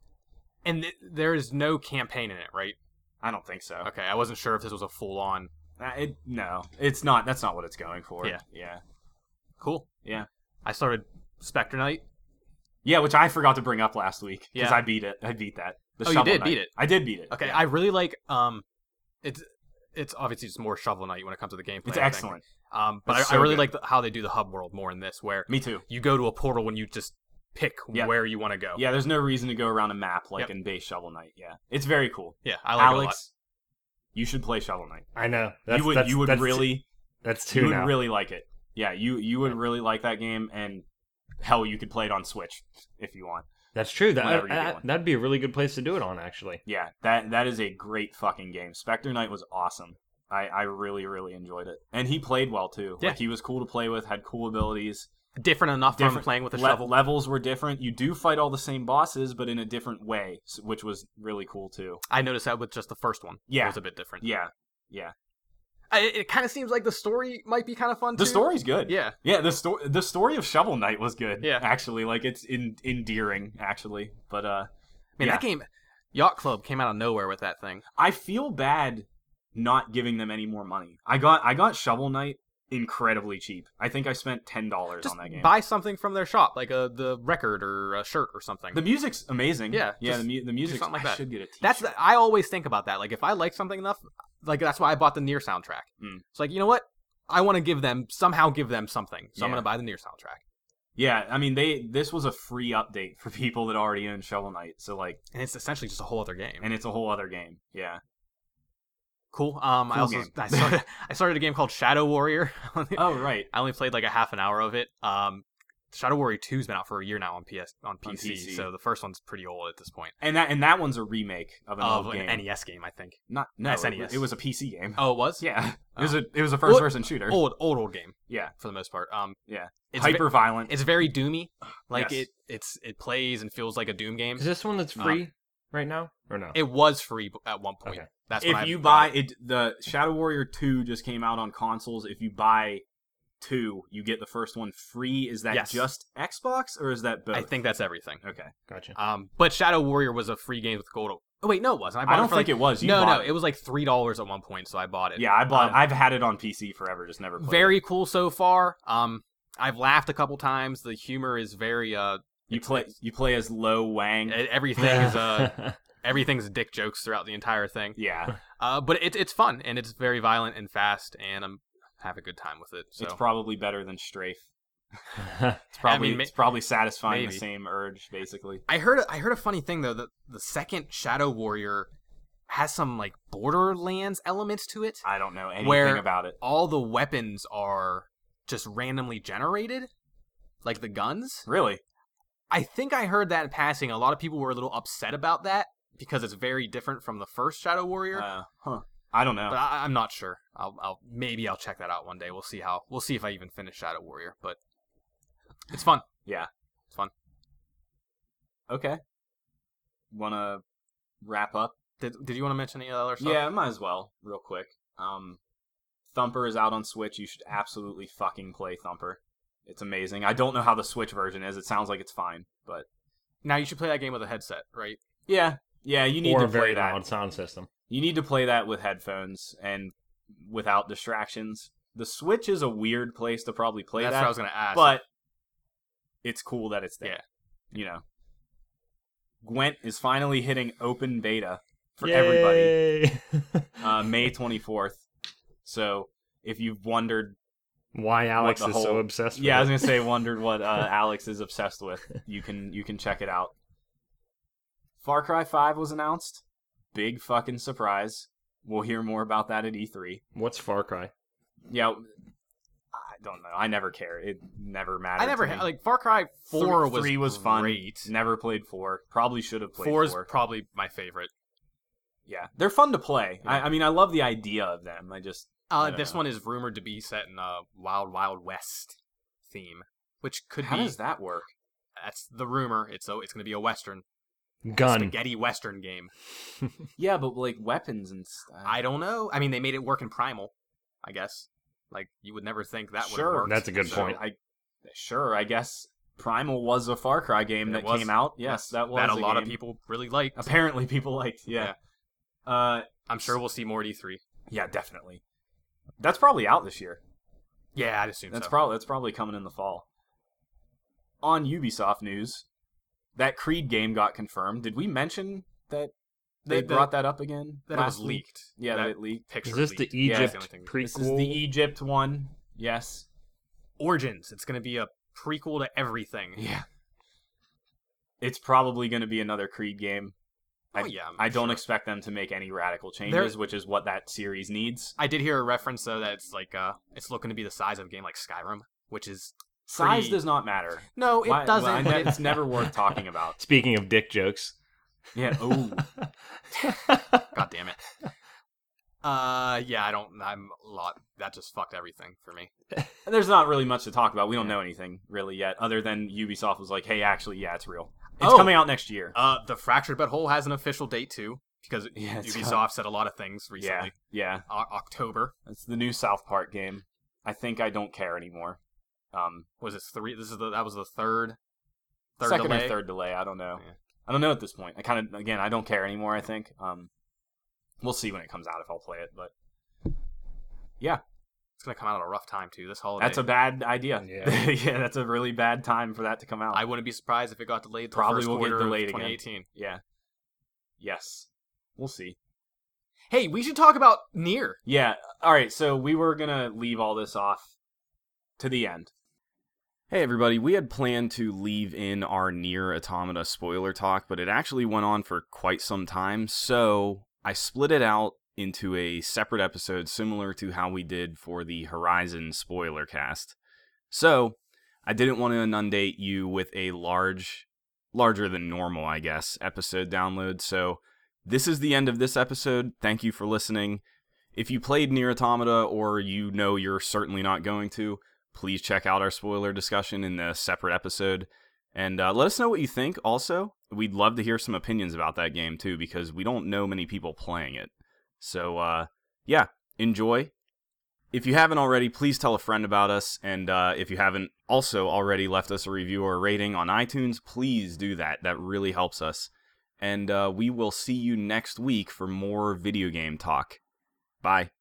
And th- there is no campaign in it, right? I don't think so. Okay, I wasn't sure if this was a full on. Uh, it, no, it's not. That's not what it's going for. Yeah. yeah, Cool. Yeah. I started Spectre Knight. yeah. Which I forgot to bring up last week because Yeah. I beat it. I beat that. The Oh, you Shovel did Knight. beat it. I did beat it. Okay, Yeah. I really like um, it's it's obviously just more Shovel Knight when it comes to the gameplay. it's I think. excellent. Um, but I, It's I so really good. like the, how they do the hub world more in this, where Me too. you go to a portal when you just pick Yeah. where you want to go. Yeah, there's no reason to go around a map like Yep. in base Shovel Knight. Yeah, it's very cool. yeah, I like it a lot. Alex, you should play Shovel Knight. I know. That's, you would that's- you would that's- really That's two you would now. really like it. Yeah, you you would really like that game, and hell, you could play it on Switch if you want. that's true. whenever That, you get one. that that'd be a really good place to do it on, actually. Yeah, that that is a great fucking game. Spectre Knight was awesome. I, I really really enjoyed it, and he played well too. Yeah. Like he was cool to play with, had cool abilities. Different enough from Different- playing with a Le- shovel. levels were different. You do fight all the same bosses, but in a different way, s- which was really cool too. I noticed that with just the first one. Yeah. it was a bit different. Yeah, I, it it kind of seems like the story might be kind of fun. the too. story's good. Yeah, Yeah, the story the story of Shovel Knight was good. Yeah. actually, like it's in- endearing actually. But uh, man, Yeah. that game Yacht Club came out of nowhere with that thing. I feel bad not giving them any more money. I got I got Shovel Knight incredibly cheap. I think I spent ten dollars Just on that game. buy something from their shop, like a the record or a shirt or something. the music's amazing. Yeah, yeah. just The, mu- the music. something like that. I should get a t-shirt. That's the, uh, I always think about that. Like if I like something enough, like that's why I bought the Near soundtrack. Mm. It's like you know what? I want to give them somehow give them something, so I'm Yeah. gonna buy the Near soundtrack. yeah. I mean, they this was a free update for [laughs] people that already own Shovel Knight. So like, And it's essentially just a whole other game. and it's a whole other game. Yeah. cool. Um, I Cool also game. [laughs] I started, I started a game called Shadow Warrior. [laughs] I Oh right. only played like a half an hour of it. Um, Shadow Warrior Two's been out for a year now on PS on PC, PC. so the first one's pretty old at this point. And that and that one's a remake of an Of old an E game. NES game, I think. Not no. it SNES. was- It was a PC game. Oh, it was. Yeah. It was a it was a Well, first person shooter. Old, old, old game. Yeah. for the most part. Um, Yeah. It's ve- Hyper violent. it's very doomy. Like Yes. it, it's it plays and feels like a Doom game. Is this one that's Uh, free right now or no? It was free b- at one point. Okay. That's when I if you buy it, the Shadow Warrior Two just came out on consoles. If you buy two, you get the first one free. Is that Yes. just Xbox or is that both? I think that's everything. Okay. Gotcha. Um, but Shadow Warrior was a free game with gold. Oh wait, no, it wasn't. I, bought I it don't for, think like, it was. You no, bought no, it was like three dollars at one point, so I bought it. Yeah, I bought. Um, I've had it on PC forever. Just never played. very cool so far. Um, I've laughed a couple times. The humor is very uh, It. You play. You play as Lo [laughs] Wang. e- everything is uh everything's dick jokes throughout the entire thing. Yeah, Uh, but it, it's fun and it's very violent and fast, and I'm have a good time with it. [laughs] So it's probably better than Strafe. It's I mean, probably ma- it's probably satisfying maybe. the same urge, basically. I heard I heard a funny thing though that the second Shadow Warrior has some like Borderlands elements to it. I don't know anything Where- about it. All the weapons are just randomly generated, like the guns. Really? I think I heard that in passing. A lot of people were a little upset about that because it's very different from the first Shadow Warrior. Uh, huh. I don't know. but I, I'm not sure. I'll, I'll maybe I'll check that out one day. We'll see how we'll see if I even finish Shadow Warrior. But it's fun. okay. Want to wrap up? Did Did you want to mention any other stuff? Yeah, might as well, real quick. Um, Thumper is out on Switch. You should absolutely fucking play Thumper. It's amazing. I don't know how the Switch version is. It sounds like it's fine, but Now you should play that game with a headset, right? yeah, yeah, you need or to a play very that. loud sound system. You need to play that with headphones and without distractions. The Switch is a weird place to probably play That's that, what I was gonna ask. but it's cool that it's there. Yeah. You know, Gwent is finally hitting open beta for everybody. [laughs] everybody. uh, May 24th. So if you've wondered, [laughs] Why Alex the is whole- so obsessed with yeah, I was it. gonna say wondered what [laughs] uh, Alex is obsessed with, you can you can check it out. Far Cry 5 was announced. Big fucking surprise. We'll hear more about that at E3. [laughs] What's Far [laughs] Cry? Yeah, I don't know. I never care. It never mattered. I never to had, me. like Far Cry Four Three- was three was fun. great. Never played four. Probably should have played Four four. is probably my favorite. yeah, they're fun to play. I, I mean, I love the idea of them. I just I Uh, don't this know. one is rumored to be set in a Wild Wild West theme, which could how be does that work? that's the rumor. It's a, it's gonna be a Western Gun. spaghetti Western game. Yeah, but like weapons and stuff. I don't know. I mean, they made it work in Primal, I guess. Like you would never think that would Sure. work. That's a good So, point. I sure, I guess Primal was a Far Cry game It that was. came out. Yes, that was that a lot of game people really liked. Apparently, [laughs] people liked. Yeah. Uh, I'm sure we'll see more at E E3. yeah, definitely. That's probably out this year. Yeah, I'd assume That's so. probably that's probably coming in the fall. On Ubisoft news, that Creed game got confirmed. Did we mention that they, That- that- brought that up again? that it was last week? leaked. Yeah, that, that it leaked. [laughs] picture. Is this the leaked. Yeah, Egypt that's the only thing. prequel? This is the E Egypt one. Yes. Origins. It's going to be a prequel to everything. Yeah. It's probably going to be another Creed game. Oh, yeah, I'm I don't sure. expect them to make any radical changes, which is what that series needs. I did hear a reference though that it's like uh, it's looking to be the size of a game like Skyrim, which is Size Creed. does not matter. no, it Why- well, doesn't. I but ne- [laughs] it's- it's never worth talking about. Speaking of dick [laughs] jokes. Yeah. Oh. God damn it. Uh, yeah, I don't. I'm a lot. That just fucked everything for me. There's not really much to talk about. We don't know anything really yet, other than Ubisoft was like, "Hey, actually, yeah, it's real. It's Oh. coming out next year." Uh, the fractured but whole has an official date too because [laughs] Yeah, it's- Ubisoft said a lot of things yeah. recently. Yeah. O- October It's the new South Park game. I think I don't care anymore. Um, was this three? This is the that was the third, third second delay. or third delay. I don't know. Yeah. I don't know at this point. I kind of again, I don't care anymore. I think. Um, we'll see when it comes out if I'll play it, but It's gonna come out at a rough time too. This holiday. that's a bad idea. [laughs] Yeah. yeah, that's a really bad time for that to come out. I wouldn't be surprised if it got delayed. till Probably first will get quarter of delayed again. 2018. yeah. Yes. We'll see. Hey, we should talk about near. Yeah. All right. So we were gonna leave all this off to the end. Hey everybody, we had planned to leave in our near automata spoiler talk, but it actually went on for quite some time, so I split it out into a separate episode similar to how we did for the Horizon spoiler cast. So, I didn't want to inundate you with a large larger than normal, I guess, episode download. So, this is the end of this episode. Thank you for listening. If you played Near Automata or you know you're certainly not going to, please check out our spoiler discussion in the separate episode. And uh, let us know what you think also. We'd love to hear some opinions about that game too, because we don't know many people playing it. So, uh, yeah, enjoy. If you haven't already, please tell a friend about us. And uh, if you haven't also already left us a review or a rating on iTunes, please do that. That really helps us. And uh, we will see you next week for more video game talk. Bye.